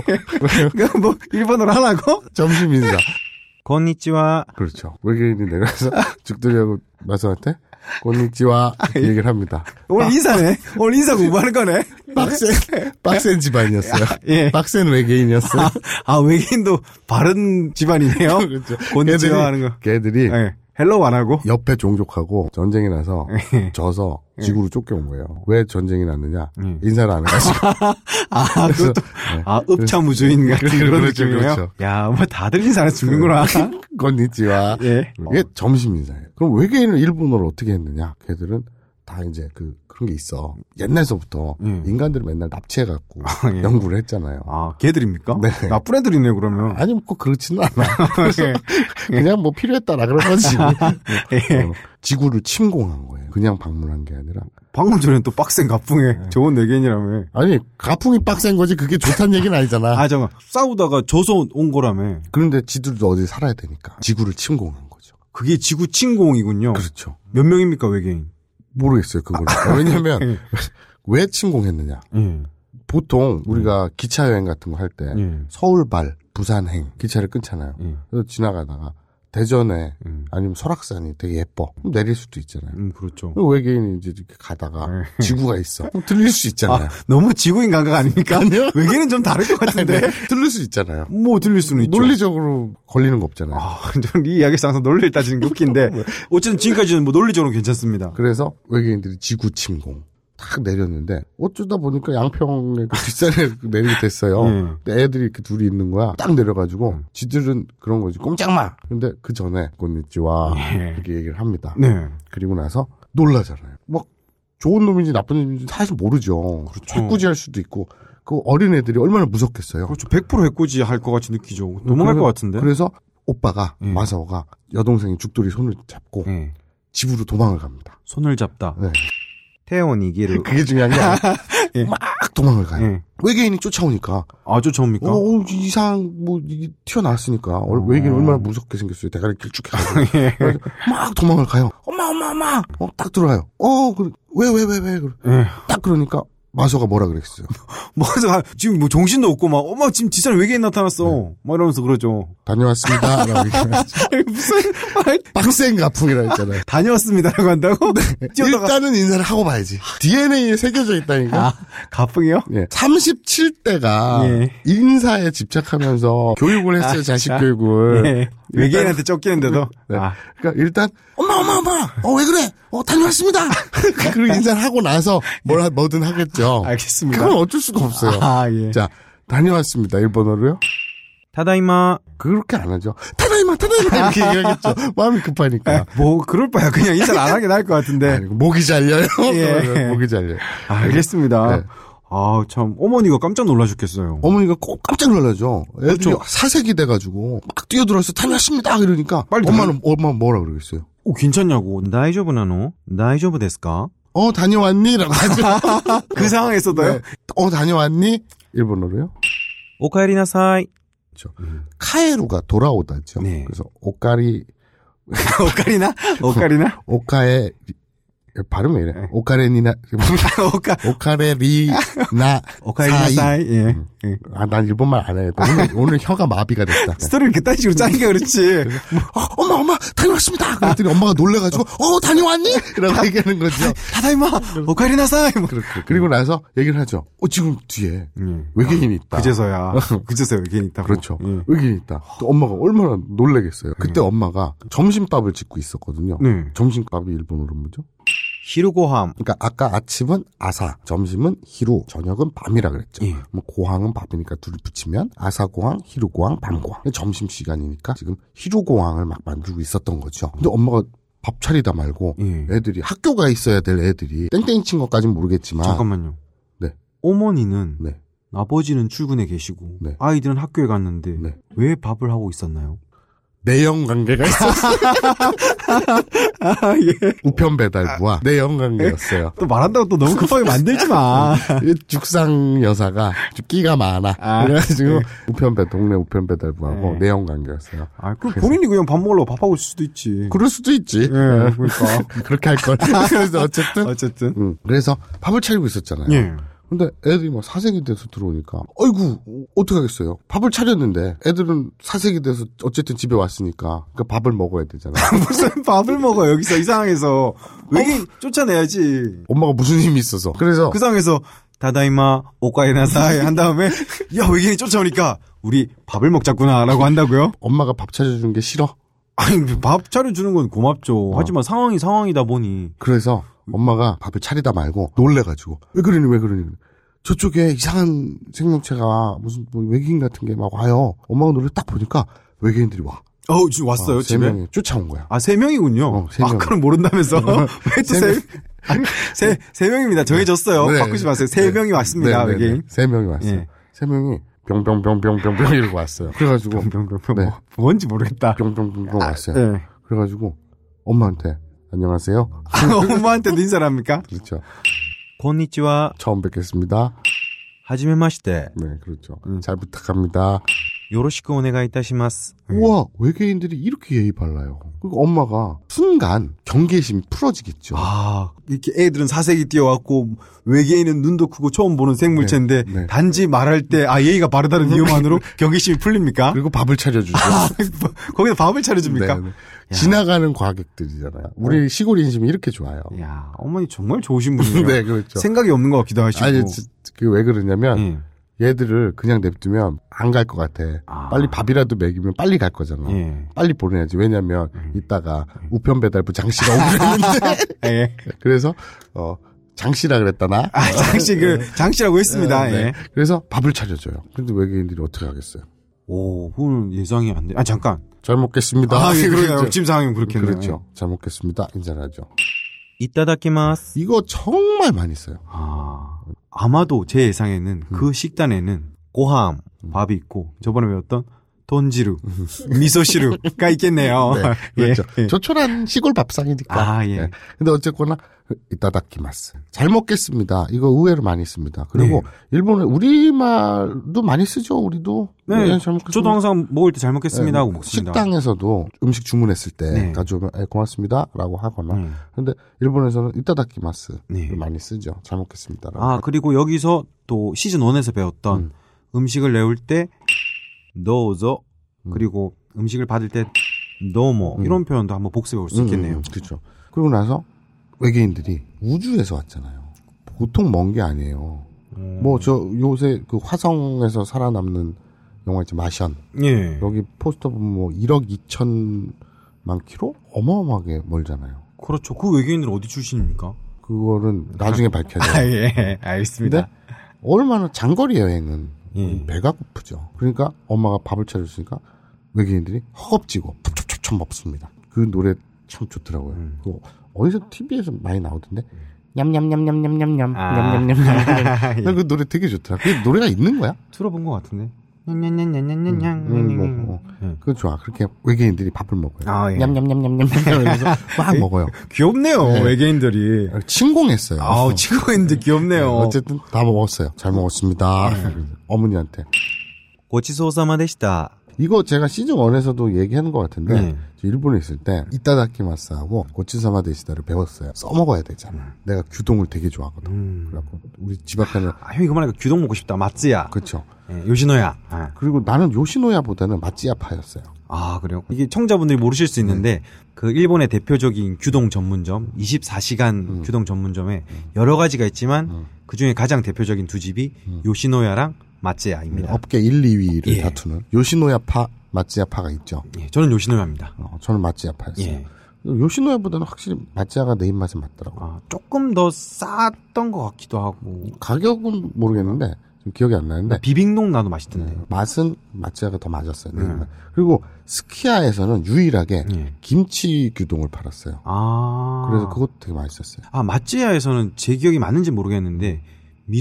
Speaker 2: 그러니까 뭐, 일본어로 하라고?
Speaker 4: 점심 인사.
Speaker 1: 건니치와.
Speaker 4: 그렇죠. 외계인이 내려와서 죽들이하고 마사한테, 곤니치와 얘기를 합니다.
Speaker 1: 아.
Speaker 2: 오늘 인사네. 오늘 인사 공부하는 거네.
Speaker 4: 빡센, 빡센 집안이었어요.
Speaker 2: 예.
Speaker 4: 빡센 외계인이었어요.
Speaker 2: 아, 외계인도 바른 집안이네요.
Speaker 4: 그렇죠.
Speaker 2: 곤지와 하는 거.
Speaker 4: 걔들이
Speaker 2: 예. 헬로우 안 하고.
Speaker 4: 옆에 종족하고 전쟁이 나서
Speaker 2: 예.
Speaker 4: 져서 지구로 쫓겨온 거예요. 왜 전쟁이 났느냐?
Speaker 2: 예.
Speaker 4: 인사를 안 해가지고.
Speaker 2: 아,
Speaker 4: 그래서,
Speaker 2: 그것도,
Speaker 4: 네.
Speaker 2: 아, 읍차무주인 같은
Speaker 4: 그렇죠,
Speaker 2: 그런
Speaker 4: 그렇죠,
Speaker 2: 느낌이네요.
Speaker 4: 그렇죠.
Speaker 2: 야, 뭐 다들 인사를 죽는구나.
Speaker 4: 건니치와.
Speaker 2: 예.
Speaker 4: 이게 점심 인사예요. 그럼 외계인은 일본어를 어떻게 했느냐? 걔들은 다 이제 그, 그런 게 있어. 옛날서부터
Speaker 2: 음.
Speaker 4: 인간들을 맨날 납치해갖고
Speaker 2: 예.
Speaker 4: 연구를 했잖아요.
Speaker 2: 아, 걔들입니까?
Speaker 4: 네.
Speaker 2: 나쁜 애들이네, 그러면.
Speaker 4: 아니, 꼭 그렇지는 않아.
Speaker 2: 예.
Speaker 4: 그냥 뭐 필요했다라 그런 거지.
Speaker 2: 예.
Speaker 4: 어, 지구를 침공한 거예요. 그냥 방문한 게 아니라.
Speaker 2: 방금 전에는 또 빡센 가풍에
Speaker 4: 네.
Speaker 2: 좋은 외계인이라며.
Speaker 4: 아니, 가풍이 빡센 거지 그게 좋다는 얘기는 아니잖아.
Speaker 2: 아, 잠깐. 싸우다가 져서 온 거라며.
Speaker 4: 그런데 지들도 어디 살아야 되니까 지구를 침공한 거죠.
Speaker 2: 그게 지구 침공이군요.
Speaker 4: 그렇죠.
Speaker 2: 몇 명입니까, 외계인?
Speaker 4: 모르겠어요, 그걸. 왜냐면,
Speaker 2: 예.
Speaker 4: 왜 침공했느냐.
Speaker 2: 예.
Speaker 4: 보통 우리가 기차여행 같은 거 할 때
Speaker 2: 음. 예.
Speaker 4: 서울발, 부산행 기차를 끊잖아요.
Speaker 2: 예.
Speaker 4: 그래서 지나가다가 대전에
Speaker 2: 음.
Speaker 4: 아니면 설악산이 되게 예뻐. 그럼 내릴 수도 있잖아요.
Speaker 2: 음, 그렇죠.
Speaker 4: 그리고 외계인이 이제 이렇게 가다가 지구가 있어. 그럼 들릴 수 있잖아요.
Speaker 2: 아, 너무 지구인 감각 아닙니까?
Speaker 4: 아니요. 네.
Speaker 2: 외계는 좀 다를 것 같은데.
Speaker 4: 들릴 수 있잖아요.
Speaker 2: 뭐 들릴 수는 있죠.
Speaker 4: 논리적으로 걸리는 거 없잖아요.
Speaker 2: 아, 전이 이야기에서 항상 논리를 따지는 게 웃긴데.
Speaker 4: 뭐.
Speaker 2: 어쨌든 지금까지는 뭐 논리적으로 괜찮습니다.
Speaker 4: 그래서 외계인들이 지구 침공 딱 내렸는데 어쩌다 보니까 양평의 그 뒷산에 내리게 됐어요.
Speaker 2: 예.
Speaker 4: 근데 애들이 이렇게 둘이 있는 거야. 딱 내려가지고
Speaker 2: 음.
Speaker 4: 지들은 그런 거지. 꼼짝마. 근데 그 전에 곤니치와
Speaker 2: 예.
Speaker 4: 이렇게 얘기를 합니다.
Speaker 2: 네.
Speaker 4: 그리고 나서 놀라잖아요. 막 좋은 놈인지 나쁜 놈인지 사실 모르죠.
Speaker 2: 그렇죠.
Speaker 4: 해꾸지할 수도 있고 그 어린 애들이 얼마나 무섭겠어요.
Speaker 2: 그렇죠. 100% 해코지 할 것 같이 느끼죠. 도망갈
Speaker 4: 그래-
Speaker 2: 것 같은데.
Speaker 4: 그래서 오빠가
Speaker 2: 예.
Speaker 4: 마사오가 여동생이 죽돌이 손을 잡고
Speaker 2: 예.
Speaker 4: 집으로 도망을 갑니다.
Speaker 2: 손을 잡다.
Speaker 4: 네.
Speaker 1: 태오니기루.
Speaker 4: 그게 중요한 게 아니라
Speaker 2: 예.
Speaker 4: 막 도망을 가요.
Speaker 2: 예.
Speaker 4: 외계인이 쫓아오니까
Speaker 2: 아, 쫓아옵니까?
Speaker 4: 어, 어, 이상 뭐 이게 튀어나왔으니까 얼- 외계인 얼마나 무섭게 생겼어요 대가리 길쭉해가지고
Speaker 2: 예.
Speaker 4: 그래서 막 도망을 가요 엄마 엄마 엄마 어, 딱 들어가요 어왜왜 왜 왜 그래
Speaker 2: 예.
Speaker 4: 딱 그러니까 마소가 뭐라 그랬어요
Speaker 2: 뭐, 그래서 지금 뭐 정신도 없고 막, 어머, 지금 뒷산에 외계인 나타났어. 막 이러면서 그러죠.
Speaker 4: 다녀왔습니다 라고 얘기하죠
Speaker 2: 무슨, 말-
Speaker 4: 빡센 가풍이라 했잖아요
Speaker 2: 다녀왔습니다라고 한다고? 뛰어다가.
Speaker 4: 일단은 인사를 하고 봐야지 DNA에 새겨져 있다니까
Speaker 2: 아, 가풍이요?
Speaker 4: 예. 37대가
Speaker 2: 예. 아,
Speaker 4: 인사에 집착하면서 교육을 했어요 자식 교육을
Speaker 2: 예. 외계인한테 쫓기는데도.
Speaker 4: 네.
Speaker 2: 아,
Speaker 4: 그러니까 일단 엄마 엄마 엄마 어 왜 그래 어 다녀왔습니다 그리고 인사를 하고 나서 뭘 하- 뭐든 하겠죠
Speaker 2: 알겠습니다.
Speaker 4: 그건 어쩔 수가 없어요
Speaker 2: 아, 예.
Speaker 4: 자 다녀왔습니다 일본어로요
Speaker 1: 타다이마.
Speaker 4: 그렇게 안 하죠 타다이마 타다이마 이렇게 얘기하겠죠 마음이 급하니까
Speaker 2: 뭐, 그럴 바야. 그냥 인사를 안 하게 나을 것 같은데.
Speaker 4: 아니, 목이 잘려요
Speaker 2: 예.
Speaker 4: 목이 잘려요
Speaker 2: 아, 알겠습니다.
Speaker 4: 네.
Speaker 2: 아, 참. 어머니가 깜짝 놀라 죽겠어요.
Speaker 4: 어머니가 꼭 깜짝 놀라죠 애들이
Speaker 2: 그렇죠.
Speaker 4: 사색이 돼가지고 막 뛰어들어서 다녀왔습니다 이러니까
Speaker 2: 빨리
Speaker 4: 엄마는 엄마 뭐라 그러겠어요
Speaker 2: 어, 괜찮냐고.
Speaker 1: 다이조브 나노? 다이조브 데스까?
Speaker 4: 어 다녀왔니 라고 하죠
Speaker 2: 그 상황에서도요?
Speaker 4: 네. 어 다녀왔니 일본어로요
Speaker 1: 오카에리나사이.
Speaker 4: 있죠.
Speaker 2: 음.
Speaker 4: 카에루가 돌아오다죠.
Speaker 2: 네.
Speaker 4: 그래서 오카리
Speaker 2: 오카리나? 오카리나?
Speaker 4: 오카에 발음 왜 이래?
Speaker 2: 네.
Speaker 4: 오카레니나
Speaker 2: 오카,
Speaker 4: 오카레리나
Speaker 2: 오카리나 사이? 예. 예.
Speaker 4: 아, 난 일본말 안 해. 오늘, 오늘 혀가 마비가 됐다.
Speaker 2: 스토리를 그딴 식으로 짜니까 그렇지.
Speaker 4: 어, 엄마, 엄마, 다녀왔습니다. 그랬더니 엄마가 놀래가지고, 어, 다녀왔니? 라고 얘기하는 거죠.
Speaker 2: 다다이마! 오카리나 사이! 뭐.
Speaker 4: 그렇게. 그리고 나서 얘기를 하죠. 어, 지금 뒤에
Speaker 2: 예.
Speaker 4: 외계인이 있다.
Speaker 2: 그제서야. 그제서야 괜히 있다고.
Speaker 4: 아. 그렇죠.
Speaker 2: 예.
Speaker 4: 외계인이 있다. 또 엄마가 얼마나 놀래겠어요. 그때 엄마가 점심밥을 짓고 있었거든요.
Speaker 2: 네.
Speaker 4: 점심밥이 일본어로 뭐죠?
Speaker 2: 히르고함.
Speaker 4: 그러니까 아까 아침은 아사, 점심은 히루, 저녁은 밤이라 그랬죠.
Speaker 2: 예.
Speaker 4: 뭐 고항은 밥이니까 둘이 붙이면 아사 고항, 히루 고항, 밤 고항. 점심 시간이니까 지금 히루 고항을 막 만들고 있었던 거죠. 근데 엄마가 밥 차리다 말고
Speaker 2: 예.
Speaker 4: 애들이 학교가 있어야 될 애들이 땡땡이 친 것까진 모르겠지만
Speaker 2: 잠깐만요.
Speaker 4: 아. 네.
Speaker 2: 어머니는
Speaker 4: 네.
Speaker 2: 아버지는 출근해 계시고
Speaker 4: 네.
Speaker 2: 아이들은 학교에 갔는데
Speaker 4: 네.
Speaker 2: 왜 밥을 하고 있었나요?
Speaker 4: 내연 관계가 있었어요. 아, 예. 우편 배달부와 내연 관계였어요.
Speaker 2: 또 말한다고 또 너무 급하게 만들지 마.
Speaker 4: 이 죽상 여사가 좀 끼가 많아.
Speaker 2: 예. 아.
Speaker 4: 그래가지고 우편 배 동네 우편 배달부하고
Speaker 2: 네.
Speaker 4: 내연 관계였어요.
Speaker 2: 아, 그 본인이 그냥 밥 먹으려고 밥하고 있을 수도 있지.
Speaker 4: 그럴 수도 있지.
Speaker 2: 예, 그러니까.
Speaker 4: 그렇게 할 걸. 그래서 어쨌든. 네.
Speaker 2: 어쨌든.
Speaker 4: 음, 그래서 밥을 차리고 있었잖아요.
Speaker 2: 예.
Speaker 4: 근데 애들이 막 사색이 돼서 들어오니까, 어이구, 어떡하겠어요. 밥을 차렸는데, 애들은 사색이 돼서 어쨌든 집에 왔으니까, 그러니까 밥을 먹어야 되잖아.
Speaker 2: 무슨 밥을 먹어, 여기서, 이 상황에서. 외계인 쫓아내야지.
Speaker 4: 엄마가 무슨 힘이 있어서. 그래서,
Speaker 2: 그 상황에서, 다다이마, 오카이나 사이 한 다음에, 야, 외계인이 쫓아오니까, 우리 밥을 먹자꾸나, 라고 한다고요?
Speaker 4: 엄마가 밥 차려준 게 싫어.
Speaker 2: 아니, 밥 차려주는 건 고맙죠.
Speaker 4: 어.
Speaker 2: 하지만 상황이 상황이다 보니,
Speaker 4: 그래서 엄마가 밥을 차리다 말고 놀래가지고 왜 그러니 왜 그러니 저쪽에 이상한 생명체가 무슨 뭐 외계인 같은 게 막 와요. 엄마가 놀래 딱 보니까 외계인들이 와.
Speaker 2: 어우, 지금 왔어요,
Speaker 4: 어, 세
Speaker 2: 집에.
Speaker 4: 명이 쫓아온 거야.
Speaker 2: 아, 세 명이군요.
Speaker 4: 어, 세 명. 어,
Speaker 2: 아까는 모른다면서. 왜또
Speaker 4: 세
Speaker 2: 세, 명- 아니, 세, 세 명입니다. 정해졌어요.
Speaker 4: 네.
Speaker 2: 바꾸지 마세요. 세
Speaker 4: 네.
Speaker 2: 명이
Speaker 4: 네,
Speaker 2: 왔습니다,
Speaker 4: 네,
Speaker 2: 외계인.
Speaker 4: 네. 세 명이 왔어요.
Speaker 2: 예.
Speaker 4: 세 명이 병병병병병병 이러고 왔어요. 그래가지고 아,
Speaker 2: 병병병.
Speaker 4: 네.
Speaker 2: 뭐, 뭔지 모르겠다.
Speaker 4: 병병병병 왔어요.
Speaker 2: 네.
Speaker 4: 그래가지고 엄마한테 안녕하세요.
Speaker 2: 아, 엄마한테도 인사를 합니까?
Speaker 4: 그렇죠.
Speaker 2: 곤니치와
Speaker 4: 처음 뵙겠습니다.
Speaker 2: 하지메마시테
Speaker 4: 네, 그렇죠.
Speaker 2: 음.
Speaker 4: 잘 부탁합니다.
Speaker 2: 요로시크 오네가이타시마스.
Speaker 4: 우와 외계인들이 이렇게 예의 발라요. 그리고 엄마가 순간 경계심이 풀어지겠죠.
Speaker 2: 아, 이렇게 애들은 사색이 뛰어왔고 외계인은 눈도 크고 처음 보는 생물체인데
Speaker 4: 네, 네.
Speaker 2: 단지 말할 때 아 예의가 바르다는 이유만으로 경계심이 풀립니까?
Speaker 4: 그리고 밥을 차려주죠.
Speaker 2: 아, 거기서 밥을 차려줍니까?
Speaker 4: 네, 네. 지나가는 과객들이잖아요. 우리 시골 인심이 이렇게 좋아요.
Speaker 2: 야, 어머니 정말 좋으신 분이에요.
Speaker 4: 네, 그렇죠.
Speaker 2: 생각이 없는 것 같기도 하시고.
Speaker 4: 아니, 그게 왜 그러냐면
Speaker 2: 예.
Speaker 4: 얘들을 그냥 냅두면 안 갈 것 같아.
Speaker 2: 아.
Speaker 4: 빨리 밥이라도 먹이면 빨리 갈 거잖아.
Speaker 2: 예. 음.
Speaker 4: 빨리 보내야지. 왜냐면 이따가 우편 배달부 장씨가 오는데
Speaker 2: 예.
Speaker 4: 그래서 어 장씨라 그랬다나.
Speaker 2: 아, 장씨 그 장씨라고 했습니다.
Speaker 4: 네.
Speaker 2: 예.
Speaker 4: 그래서 밥을 차려줘요. 근데 외계인들이 어떻게 하겠어요?
Speaker 2: 오, 그건 예상이 안 돼. 아, 잠깐.
Speaker 4: 잘 먹겠습니다.
Speaker 2: 아, 예,
Speaker 4: 그러죠.
Speaker 2: 그러네요. 지금 상황이면 그렇겠네요. 예.
Speaker 4: 그렇죠. 잘 먹겠습니다. 인사를 하죠.
Speaker 2: 이따다키마스.
Speaker 4: 이거 정말 많이 써요.
Speaker 2: 아, 아마도 제 예상에는 그 식단에는 고함 밥이 있고 저번에 배웠던 돈지루, 미소시루가 있겠네요.
Speaker 4: 네, 그렇죠.
Speaker 2: 예, 예.
Speaker 4: 조촐한 시골 밥상이니까.
Speaker 2: 아, 예.
Speaker 4: 근데 어쨌거나 이따다키마스. 잘 먹겠습니다. 이거 의외로 많이 씁니다. 그리고
Speaker 2: 네.
Speaker 4: 일본에 우리말도 많이 쓰죠. 우리도.
Speaker 2: 네,
Speaker 4: 예, 잘 먹겠습니다.
Speaker 2: 저도 항상 먹을 때 잘 먹겠습니다 하고
Speaker 4: 예,
Speaker 2: 먹습니다.
Speaker 4: 식당에서도 음식 주문했을 때
Speaker 2: 네.
Speaker 4: 가져오면 예, 고맙습니다라고 하거나.
Speaker 2: 네.
Speaker 4: 근데 일본에서는 이따다키마스
Speaker 2: 네.
Speaker 4: 많이 쓰죠. 잘 먹겠습니다라고.
Speaker 2: 아 그리고 여기서 또 시즌 1에서 배웠던 음. 식을 내올 때 넣어서
Speaker 4: 음.
Speaker 2: 그리고 음식을 받을 때 너무
Speaker 4: 음.
Speaker 2: 이런 표현도 한번 복습해 볼 수
Speaker 4: 음,
Speaker 2: 있겠네요.
Speaker 4: 음, 그렇죠. 그리고 나서 외계인들이 우주에서 왔잖아요. 보통 먼 게 아니에요.
Speaker 2: 음,
Speaker 4: 뭐 저 요새 그 화성에서 살아남는 영화 있죠 마션.
Speaker 2: 예.
Speaker 4: 여기 포스터 보면 뭐 1억 2천만 킬로 어마어마하게 멀잖아요.
Speaker 2: 그렇죠. 그 외계인들은 어디 출신입니까?
Speaker 4: 그거는 나중에
Speaker 2: 아,
Speaker 4: 밝혀져요.
Speaker 2: 예. 알겠습니다.
Speaker 4: 얼마나 장거리 여행은
Speaker 2: 예.
Speaker 4: 배가 고프죠. 그러니까 엄마가 밥을 차려주니까 외계인들이 허겁지겁 촉촉촉촉 먹습니다. 그 노래 참 좋더라고요.
Speaker 2: 음.
Speaker 4: 그거 어디서 TV에서 많이 나오던데 냠냠냠냠냠냠냠
Speaker 2: 아.
Speaker 4: 냠냠냠냠
Speaker 2: 아, 예.
Speaker 4: 난그 노래 되게 좋더라. 그 노래가 있는 거야?
Speaker 2: 들어본 것 같은데.
Speaker 4: 음, 음, 뭐,
Speaker 2: 냥냥냥냥냥냥냥.
Speaker 4: 어. 그거 좋아. 그렇게 외계인들이 밥을 먹어요.
Speaker 2: 아, 예.
Speaker 4: 냠냠냠냠냠 이러면서 막 먹어요.
Speaker 2: 그 귀엽네요
Speaker 4: 네.
Speaker 2: 외계인들이.
Speaker 4: 침공했어요.
Speaker 2: 아우 친구인데 귀엽네요. 음.
Speaker 4: 어쨌든 다 먹었어요. 잘 먹었습니다. 어머니한테
Speaker 2: 고치소사마 되시다.
Speaker 4: 이거 제가 시즌 1에서도 얘기하는 것 같은데
Speaker 2: 네.
Speaker 4: 저 일본에 있을 때 이따다키마스하고 고치사마 데시다를 배웠어요. 써먹어야 되잖아.
Speaker 2: 네.
Speaker 4: 내가 규동을 되게 좋아하거든.
Speaker 2: 음.
Speaker 4: 그래갖고 우리 집 앞에는
Speaker 2: 아, 형이 그만하니까 규동 먹고 싶다. 마츠야.
Speaker 4: 그렇죠.
Speaker 2: 예, 요시노야. 아.
Speaker 4: 그리고 나는 요시노야보다는 맛지아파였어요.
Speaker 2: 아, 그래요? 이게 청자분들이 모르실 수 있는데, 그 일본의 대표적인 규동 전문점, 24시간
Speaker 4: 음.
Speaker 2: 규동 전문점에 여러 가지가 있지만,
Speaker 4: 음.
Speaker 2: 그 중에 가장 대표적인 두 집이
Speaker 4: 음.
Speaker 2: 요시노야랑 마츠야입니다.
Speaker 4: 그 업계 1, 2위를
Speaker 2: 예.
Speaker 4: 다투는 요시노야파, 맛지아파가 있죠.
Speaker 2: 예, 저는 요시노야입니다.
Speaker 4: 어, 저는 맛지아파였어요.
Speaker 2: 예.
Speaker 4: 요시노야보다는 확실히 맛지아가 내 입맛에 맞더라고. 요
Speaker 2: 아, 조금 더 쌌던 것 같기도 하고,
Speaker 4: 가격은 모르겠는데 좀 기억이 안 나는데
Speaker 2: 비빔동 나도 맛있던데.
Speaker 4: 네, 맛은 맛지아가 더 맞았어요. 내
Speaker 2: 음.
Speaker 4: 입맛. 그리고 스키야에서는 유일하게
Speaker 2: 예.
Speaker 4: 김치 규동을 팔았어요.
Speaker 2: 아.
Speaker 4: 네. 그래서 그것도 되게 맛있었어요.
Speaker 2: 아, 마찌야에서는 제 기억이 맞는지 모르겠는데,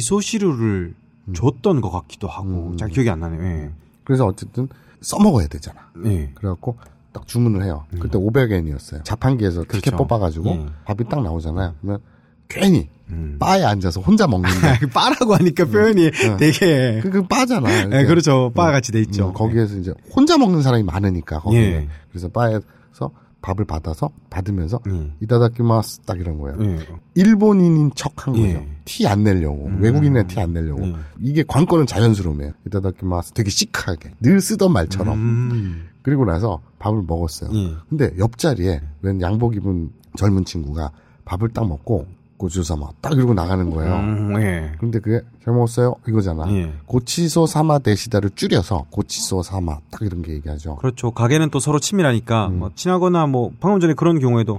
Speaker 2: 미소시루를
Speaker 4: 음.
Speaker 2: 줬던 것 같기도 하고,
Speaker 4: 음.
Speaker 2: 잘 기억이 안 나네요. 예.
Speaker 4: 그래서 어쨌든 써먹어야 되잖아.
Speaker 2: 예.
Speaker 4: 그래갖고 딱 주문을 해요. 그때 500엔이었어요. 자판기에서 티켓
Speaker 2: 음. 그렇죠.
Speaker 4: 뽑아가지고
Speaker 2: 예.
Speaker 4: 밥이 딱 나오잖아요. 그러면 괜히
Speaker 2: 음.
Speaker 4: 바에 앉아서 혼자 먹는데
Speaker 2: 그 빠라고
Speaker 4: 음.
Speaker 2: 하니까 표현이 되게
Speaker 4: 그, 그 바잖아.
Speaker 2: 예,
Speaker 4: 이렇게.
Speaker 2: 그렇죠.
Speaker 4: 음,
Speaker 2: 바 같이 돼 있죠.
Speaker 4: 음, 거기에서 네. 이제 혼자 먹는 사람이 많으니까 거기
Speaker 2: 예.
Speaker 4: 그래서 바에서 밥을 받아서 받으면서
Speaker 2: 예.
Speaker 4: 이다다키마스 딱 이런 거예요.
Speaker 2: 예.
Speaker 4: 일본인인 척 한 거죠.
Speaker 2: 예.
Speaker 4: 티 안 내려고 외국인의 티 안 내려고
Speaker 2: 예.
Speaker 4: 이게 관건은 자연스러움이에요. 이다다키마스 되게 시크하게 늘 쓰던 말처럼 네.
Speaker 2: 음.
Speaker 4: 그리고 나서 밥을 먹었어요.
Speaker 2: 예.
Speaker 4: 근데 옆자리에 웬 양복 입은 젊은 친구가 밥을 딱 먹고 고추사마 딱 이러고 나가는 거예요.
Speaker 2: 음, 예.
Speaker 4: 근데 그게 잘 먹었어요 이거잖아.
Speaker 2: 예.
Speaker 4: 고치소 사마 데시다를 줄여서 고치소 사마 딱 이런 게 얘기하죠.
Speaker 2: 그렇죠. 가게는 또 서로 친밀하니까
Speaker 4: 음.
Speaker 2: 뭐 친하거나 뭐 방금 전에 그런 경우에도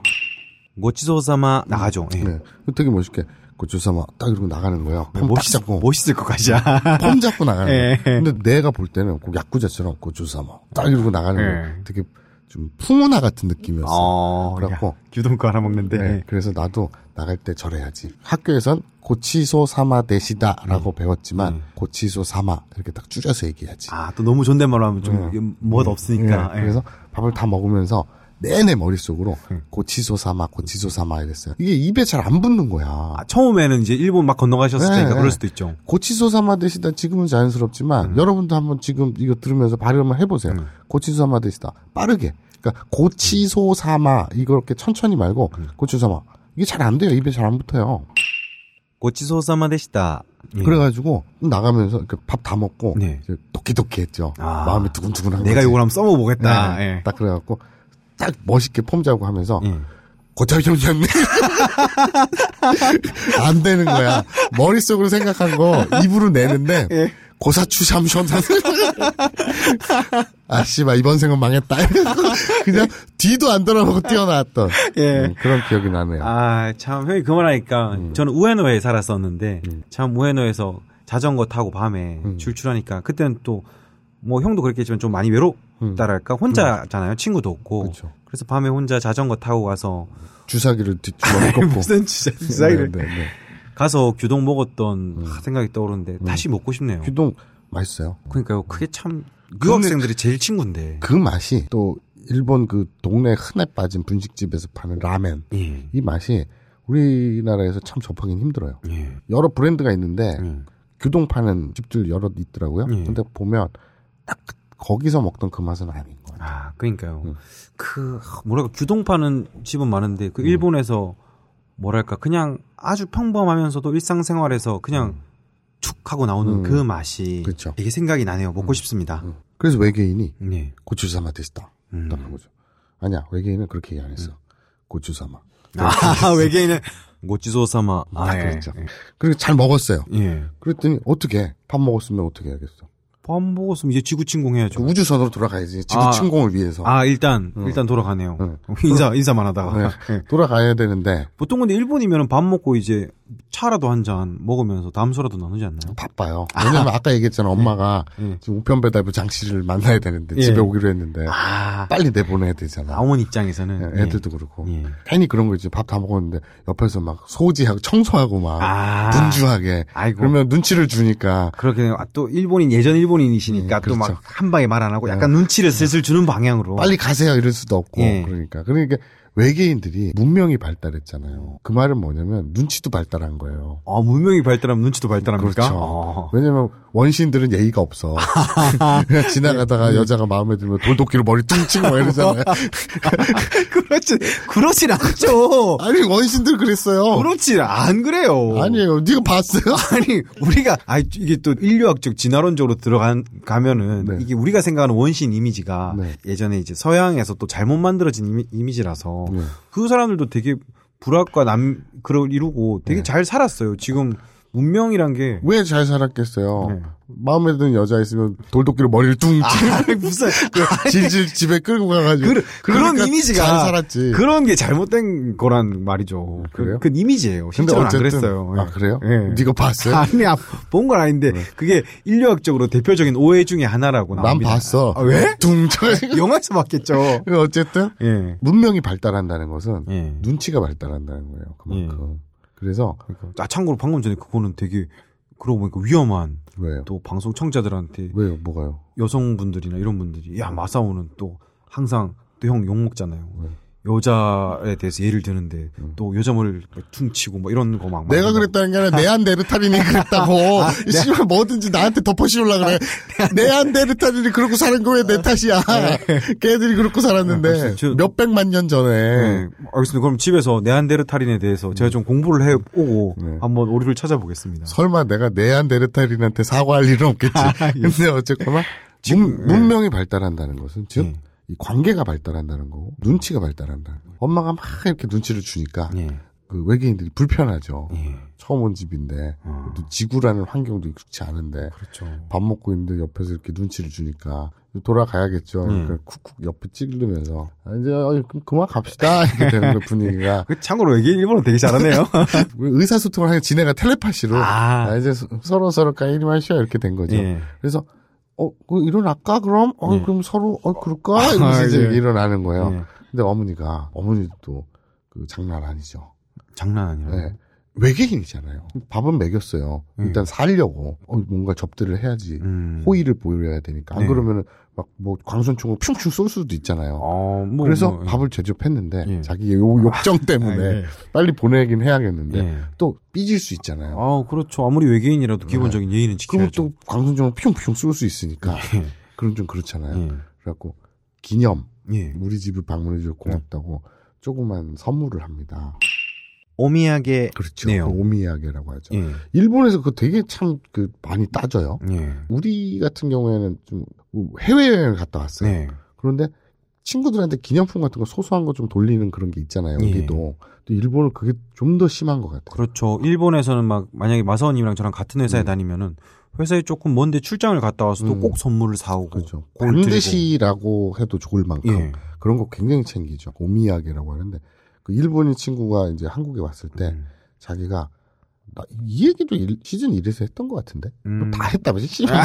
Speaker 2: 모치소사마 나가죠. 예.
Speaker 4: 네. 되게 멋있게 고치사마 딱 이러고 나가는 거예요. 폼 딱
Speaker 2: 아, 멋있,
Speaker 4: 잡고 네.
Speaker 2: 멋있을 것 같아.
Speaker 4: 폼 잡고 나가는
Speaker 2: 예.
Speaker 4: 거예요. 근데 내가 볼 때는 꼭 야쿠자처럼 고치사마 딱 이러고 나가는 거예요.
Speaker 2: 예.
Speaker 4: 되게 좀 풍운화 같은 느낌이었어요.
Speaker 2: 어,
Speaker 4: 네. 그래갖고.
Speaker 2: 야, 규동거 하나 먹는데.
Speaker 4: 네. 그래서 나도 나갈 때 저래야지. 학교에선 고치소 사마 데시다라고 배웠지만
Speaker 2: 음.
Speaker 4: 고치소 사마 이렇게 딱 줄여서 얘기하지.
Speaker 2: 아, 또 너무 존댓말로 하면 좀, 이게 멋 없으니까.
Speaker 4: 예, 네. 그래서 밥을 다 먹으면서 내내 머릿속으로
Speaker 2: 음.
Speaker 4: 고치소 사마 고치소 사마 이랬어요. 이게 입에 잘 안 붙는 거야.
Speaker 2: 아, 처음에는 이제 일본 막 건너가셨을
Speaker 4: 네,
Speaker 2: 때니까
Speaker 4: 네.
Speaker 2: 그럴 수도 있죠.
Speaker 4: 고치소 사마 되시다 지금은 자연스럽지만
Speaker 2: 음.
Speaker 4: 여러분도 한번 지금 이거 들으면서 발음을 해보세요. 고치소 사마 되시다 빠르게. 그러니까 고치소 사마 이거 이렇게 천천히 말고
Speaker 2: 음.
Speaker 4: 고치소 사마 이게 잘 안 돼요. 입에 잘 안 붙어요.
Speaker 2: 고치소사마 되시다. 예.
Speaker 4: 그래가지고 나가면서 밥 다 먹고
Speaker 2: 네.
Speaker 4: 이제 도끼도끼했죠.
Speaker 2: 아.
Speaker 4: 마음이 두근두근한
Speaker 2: 내가
Speaker 4: 거지.
Speaker 2: 이걸 한번 써먹어보겠다.
Speaker 4: 네.
Speaker 2: 예.
Speaker 4: 딱 그래갖고 딱 멋있게 폼 잡고 하면서
Speaker 2: 예.
Speaker 4: 고차병이었네. 안 되는 거야. 머릿속으로 생각한 거 입으로 내는데 고사추 샴션 아 씨발 이번 생은 망했다. 그냥 뒤도 안 돌아보고 뛰어나왔던 음, 그런 기억이 나네요.
Speaker 2: 아, 참, 형이 그 말하니까, 저는 우에노에 살았었는데, 참, 우에노에서 자전거 타고 밤에
Speaker 4: 음.
Speaker 2: 출출하니까, 그때는 또, 뭐, 형도 그랬겠지만 좀 많이 외롭다랄까? 혼자잖아요. 친구도 없고.
Speaker 4: 그쵸.
Speaker 2: 래서 밤에 혼자 자전거 타고 가서,
Speaker 4: 주사기를 뒷주머니
Speaker 2: 뭐.
Speaker 4: 꺾고
Speaker 2: 주사,
Speaker 4: 네, 네, 네.
Speaker 2: 가서 규동 먹었던 하, 생각이 떠오르는데, 다시 먹고 싶네요.
Speaker 4: 규동 맛있어요.
Speaker 2: 음. 그러니까요, 그게 참, 유학생들이 제일 친구인데.
Speaker 4: 그 맛이 또 일본 그 동네 흔해 빠진 분식집에서 파는 라멘
Speaker 2: 예.
Speaker 4: 이 맛이 우리나라에서 참 접하기는 힘들어요.
Speaker 2: 예.
Speaker 4: 여러 브랜드가 있는데
Speaker 2: 예.
Speaker 4: 규동 파는 집들 여러 있더라고요.
Speaker 2: 예.
Speaker 4: 근데 보면 딱 거기서 먹던 그 맛은 아닌 거예요.
Speaker 2: 아, 그러니까요.
Speaker 4: 음.
Speaker 2: 그 하, 뭐랄까 규동 파는 집은 많은데 그 일본에서 뭐랄까 그냥 아주 평범하면서도 일상생활에서 그냥 툭 하고 나오는
Speaker 4: 음.
Speaker 2: 그 맛이
Speaker 4: 그쵸. 음.
Speaker 2: 되게 생각이 나네요. 먹고 싶습니다.
Speaker 4: 그래서 외계인이
Speaker 2: 네.
Speaker 4: 고추사마 데시다.
Speaker 2: 음.
Speaker 4: 딱 한 거죠. 아니야 외계인은 그렇게 얘기 안 했어. 고추사마.
Speaker 2: 아, 외계인은 모찌소사마.
Speaker 4: 딱 그랬죠. 그리고 잘 먹었어요.
Speaker 2: 예. 예.
Speaker 4: 그랬더니 어떻게 밥 먹었으면 어떻게 해야겠어.
Speaker 2: 밥뭐 먹었으면 이제 지구침공
Speaker 4: 그
Speaker 2: 해야죠.
Speaker 4: 우주선으로 돌아가야지. 지구
Speaker 2: 네. 아.
Speaker 4: 침공을 위해서.
Speaker 2: 아, 일단 일단 돌아가네요.
Speaker 4: 음.
Speaker 2: 인사 인사만 하다가. 예.
Speaker 4: 네. 돌아가야 되는데
Speaker 2: 보통 근데 일본이면 밥 먹고 이제 차라도 한 잔 먹으면서 담소라도 나누지 않나요?
Speaker 4: 바빠요. 왜냐면 아까 얘기했잖아. 엄마가
Speaker 2: 예.
Speaker 4: 지금 우편 배달부 장씨를 만나야 되는데 집에
Speaker 2: 예.
Speaker 4: 오기로 했는데
Speaker 2: 아,
Speaker 4: 빨리 내보내야 되잖아.
Speaker 2: 나온 입장에서는
Speaker 4: 예, 애들도 그렇고
Speaker 2: 예.
Speaker 4: 괜히 그런 거 있지. 밥 다 먹었는데 옆에서 막 소지하고 청소하고 막
Speaker 2: 아.
Speaker 4: 분주하게
Speaker 2: 아이고.
Speaker 4: 뭐, 그러면 눈치를 주니까
Speaker 2: 그렇게 되면 아, 또 일본인 예전 일본인이시니까
Speaker 4: 예, 그렇죠. 예.
Speaker 2: 또 막 한 방에 말 안 하고 약간 눈치를 슬슬 주는 방향으로
Speaker 4: 빨리 가세요 이럴 수도 없고
Speaker 2: 어. 예.
Speaker 4: 그러니까 그러니까 외계인들이 문명이
Speaker 2: 음.
Speaker 4: 발달했잖아요. 그 말은 뭐냐면 눈치도 발달한 거예요.
Speaker 2: 아, 문명이 발달하면 눈치도 발달합니까?
Speaker 4: 그렇죠.
Speaker 2: 어.
Speaker 4: 왜냐면 원시인들은 예의가 없어. 그냥 지나가다가
Speaker 2: 예.
Speaker 4: 여자가 마음에 들면 돌도끼로 머리 뚱 치고 막 이러잖아요.
Speaker 2: 그렇지, 그렇진 않죠.
Speaker 4: 아니 원시인들 그랬어요.
Speaker 2: 그렇지, 안 그래요.
Speaker 4: 아니에요. 네가 봤어요?
Speaker 2: 아니 우리가 아 이게 또 인류학적 진화론적으로 들어간 가면은
Speaker 4: 네.
Speaker 2: 이게 우리가 생각하는 원시인 이미지가
Speaker 4: 네.
Speaker 2: 예전에 이제 서양에서 또 잘못 만들어진 이미, 이미지라서
Speaker 4: 네.
Speaker 2: 그 사람들도 되게 불학과 남 그걸 이루고 되게
Speaker 4: 네.
Speaker 2: 잘 살았어요. 지금 문명이란 게
Speaker 4: 왜 잘 살았겠어요?
Speaker 2: 네.
Speaker 4: 마음에 드는 여자 있으면 돌도끼로 머리를 뚱 치고
Speaker 2: 아니, 무슨
Speaker 4: 질질 집에 끌고 가가지고
Speaker 2: 그, 그런
Speaker 4: 그러니까
Speaker 2: 이미지가
Speaker 4: 잘 살았지. 음,
Speaker 2: 그런 게 잘못된 거란 말이죠.
Speaker 4: 그래요?
Speaker 2: 그, 그 이미지예요.
Speaker 4: 근데
Speaker 2: 실제로는 안
Speaker 4: 어쨌든
Speaker 2: 그랬어요.
Speaker 4: 아
Speaker 2: 예.
Speaker 4: 그래요?
Speaker 2: 예.
Speaker 4: 네가 봤어요? 네.
Speaker 2: 아니 본건 아닌데 그게 인류학적으로 대표적인 오해 중에 하나라고
Speaker 4: 난
Speaker 2: 나옵니다.
Speaker 4: 봤어.
Speaker 2: 아, 왜?
Speaker 4: 둥 쳐.
Speaker 2: 영화에서 봤겠죠.
Speaker 4: 어쨌든
Speaker 2: 예.
Speaker 4: 문명이 발달한다는 것은
Speaker 2: 예.
Speaker 4: 눈치가 발달한다는 거예요. 그만큼. 그래서
Speaker 2: 그러니까. 아, 참고로 방금 전에 그거는 되게 그러고 보니까 위험한
Speaker 4: 왜요?
Speaker 2: 또 방송 청자들한테
Speaker 4: 왜요? 뭐가요?
Speaker 2: 여성분들이나 이런 분들이 야 마사오는 또 항상 또 형 욕 먹잖아요.
Speaker 4: 네. 음.
Speaker 2: 여자에 대해서 예를 드는데 또 여자 머리를 막 퉁치고 뭐 이런 거 막
Speaker 4: 내가 그랬다는 게 아니라 네안데르탈인이 그랬다고.
Speaker 2: 아,
Speaker 4: 이
Speaker 2: 네.
Speaker 4: 씨발 뭐든지 나한테 덮어씌우려 그래. 네안데르탈인이 그렇고 사는 거 왜 내 탓이야. 걔들이 그렇고 살았는데
Speaker 2: 네. 아, 저-
Speaker 4: 몇 백만 년 전에.
Speaker 2: 네. 알겠습니다. 그럼 집에서 네안데르탈인에 대해서 제가 좀 공부를 해 오고
Speaker 4: 음. 네.
Speaker 2: 한번 오류를 찾아보겠습니다.
Speaker 4: 설마 내가 네안데르탈인한테 사과할 일은 없겠지.
Speaker 2: 아, 예.
Speaker 4: 근데 어쨌거나 문, 문명이 발달한다는 것은 즉
Speaker 2: 예.
Speaker 4: 이 관계가 발달한다는 거고 눈치가 발달한다는 거예요. 엄마가 막 이렇게 눈치를 주니까
Speaker 2: 예.
Speaker 4: 그 외계인들이 불편하죠.
Speaker 2: 예.
Speaker 4: 처음 온 집인데
Speaker 2: 어.
Speaker 4: 또 지구라는 환경도 익숙치 않은데
Speaker 2: 그렇죠.
Speaker 4: 밥 먹고 있는데 옆에서 이렇게 눈치를 주니까 돌아가야겠죠.
Speaker 2: 음.
Speaker 4: 그러니까 쿡쿡 옆에 찌르면서 아, 이제 어, 그럼 그만 갑시다 이렇게 되는 거 분위기가
Speaker 2: 그 참고로 외계인 일본어 되게 잘하네요.
Speaker 4: 의사소통을 하는 지네가 텔레파시로
Speaker 2: 아.
Speaker 4: 아, 이제 서로 서로 까이리 마셔 이렇게 된 거죠.
Speaker 2: 예.
Speaker 4: 그래서 어 그거 일어날까 그럼 어
Speaker 2: 예.
Speaker 4: 그럼 서로 어 그럴까 이러면서
Speaker 2: 아,
Speaker 4: 이제
Speaker 2: 예.
Speaker 4: 일어나는 거예요.
Speaker 2: 예.
Speaker 4: 근데 어머니가 어머니도 그 장난 아니죠.
Speaker 2: 장난 아니라.
Speaker 4: 네. 외계인이잖아요. 밥은 먹였어요.
Speaker 2: 음.
Speaker 4: 일단 살려고 어, 뭔가 접대를 해야지
Speaker 2: 음.
Speaker 4: 호의를 보여야 되니까 안
Speaker 2: 네.
Speaker 4: 그러면은 막 뭐 광선총을 슝슝 쏠 수도 있잖아요.
Speaker 2: 어, 뭐,
Speaker 4: 그래서 네.
Speaker 2: 뭐, 예.
Speaker 4: 밥을 제접했는데
Speaker 2: 예.
Speaker 4: 자기 요 욕정 때문에
Speaker 2: 아, 예.
Speaker 4: 빨리 보내긴 해야겠는데
Speaker 2: 예.
Speaker 4: 또 삐질 수 있잖아요.
Speaker 2: 아, 그렇죠. 아무리 외계인이라도 기본적인 예의는
Speaker 4: 네. 그러면
Speaker 2: 지켜야죠.
Speaker 4: 또 광선총을 퓨용퓨용 쏠 수 있으니까
Speaker 2: 예.
Speaker 4: 그럼 좀 그렇잖아요.
Speaker 2: 예.
Speaker 4: 그래갖고 기념
Speaker 2: 예.
Speaker 4: 우리 집을 방문해 주고 고맙다고 조그만 선물을 합니다.
Speaker 2: 오미야게
Speaker 4: 그렇죠.
Speaker 2: 네요.
Speaker 4: 오미야게라고 하죠.
Speaker 2: 예.
Speaker 4: 일본에서 그 되게 참 그 많이 따져요.
Speaker 2: 예.
Speaker 4: 우리 같은 경우에는 좀 해외 여행을 갔다 왔어요.
Speaker 2: 네.
Speaker 4: 그런데 친구들한테 기념품 같은 거 소소한 거 좀 돌리는 그런 게 있잖아요. 여기도 또 일본은 그게 좀 더 심한 것 같아요.
Speaker 2: 예. 그렇죠. 일본에서는 막 만약에 마사오님이랑 저랑 같은 회사에
Speaker 4: 음.
Speaker 2: 다니면은 회사에 조금 먼데 출장을 갔다 와서도
Speaker 4: 음.
Speaker 2: 꼭 선물을 사오고
Speaker 4: 그렇죠.
Speaker 2: 골 들이고.
Speaker 4: 반드시라고 해도 좋을 만큼
Speaker 2: 예.
Speaker 4: 그런 거 굉장히 챙기죠. 오미야게라고 하는데 그 일본인 친구가 이제 한국에 왔을 때
Speaker 2: 음.
Speaker 4: 자기가 나 이 얘기도 일- 시즌 1에서 했던 것 같은데
Speaker 2: 음.
Speaker 4: 다 했다면서 씨발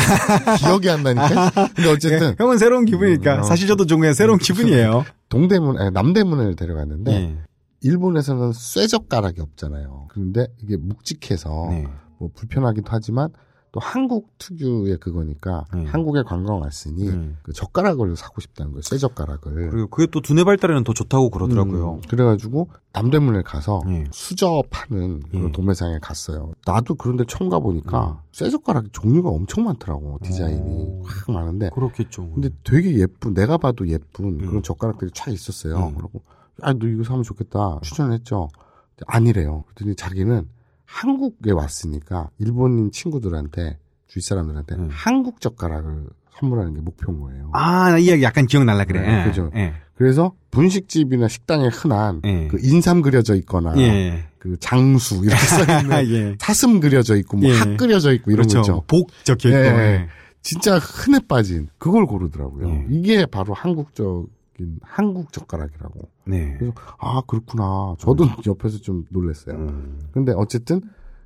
Speaker 4: 기억이 안 나니까 근데 어쨌든
Speaker 2: 예. 형은 새로운 기분이니까
Speaker 4: 음,
Speaker 2: 사실 저도 종에 새로운 기분이에요.
Speaker 4: 동대문 아니 남대문을 데려갔는데
Speaker 2: 네.
Speaker 4: 일본에서는 쇠젓가락이 없잖아요. 그런데 이게 묵직해서
Speaker 2: 네.
Speaker 4: 뭐 불편하기도 하지만 또 한국 특유의 그거니까
Speaker 2: 네.
Speaker 4: 한국에 관광 왔으니
Speaker 2: 네.
Speaker 4: 그 젓가락을 사고 싶다는 거예요. 쇠젓가락을.
Speaker 2: 그리고 그게 또 두뇌 발달에는 더 좋다고 그러더라고요.
Speaker 4: 음, 그래가지고 남대문에 가서
Speaker 2: 예.
Speaker 4: 수저 파는 그런
Speaker 2: 예.
Speaker 4: 도매상에 갔어요. 나도 그런데 처음 가보니까 쇠젓가락 종류가 엄청 많더라고 디자인이
Speaker 2: 네. 오.
Speaker 4: 확 많은데
Speaker 2: 예. 그렇겠죠.
Speaker 4: 근데 되게 예쁜 내가 봐도 예쁜
Speaker 2: 음.
Speaker 4: 그런 젓가락들이 쫙 있었어요.
Speaker 2: 음.
Speaker 4: 그러고 아 너 이거 사면 좋겠다 추천을 했죠. 근데 아니래요. 그랬더니 자기는 한국에 왔으니까 일본인 친구들한테 주위 사람들한테
Speaker 2: 음.
Speaker 4: 한국 젓가락을 선물하는 게 목표인 거예요.
Speaker 2: 아, 나이 이야기 약간 기억날라 그래.
Speaker 4: 네,
Speaker 2: 예.
Speaker 4: 그죠.
Speaker 2: 예.
Speaker 4: 그래서 분식집이나 식당에 흔한
Speaker 2: 예.
Speaker 4: 그 인삼 그려져 있거나
Speaker 2: 예.
Speaker 4: 그 장수 이렇게 써 있는
Speaker 2: 예.
Speaker 4: 사슴 그려져 있고 뭐
Speaker 2: 예.
Speaker 4: 학 그려져 있고 이런 거
Speaker 2: 그렇죠.
Speaker 4: 있죠.
Speaker 2: 복 적혀 있고.
Speaker 4: 예,
Speaker 2: 예.
Speaker 4: 진짜 흔해 빠진 그걸 고르더라고요.
Speaker 2: 예.
Speaker 4: 이게 바로 한국적인 한국 젓가락이라고.
Speaker 2: 네.
Speaker 4: 그래서 아 그렇구나. 저도
Speaker 2: 음.
Speaker 4: 옆에서 좀 놀랐어요. 근데 어쨌든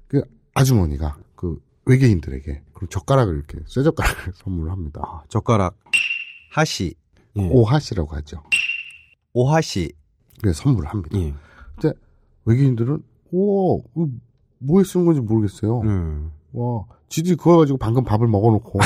Speaker 4: 그 아주머니가 그 외계인들에게 그 젓가락을 이렇게 쇠젓가락을 선물합니다.
Speaker 2: 아, 젓가락 예. 하시
Speaker 4: 오하시라고 하죠.
Speaker 2: 오, 하시
Speaker 4: 그래서 선물합니다.
Speaker 2: 예.
Speaker 4: 외계인들은 우와 이거 뭐에 쓰는 건지 모르겠어요.
Speaker 2: 음.
Speaker 4: 와 지들이 그걸 가지고 방금 밥을 먹어놓고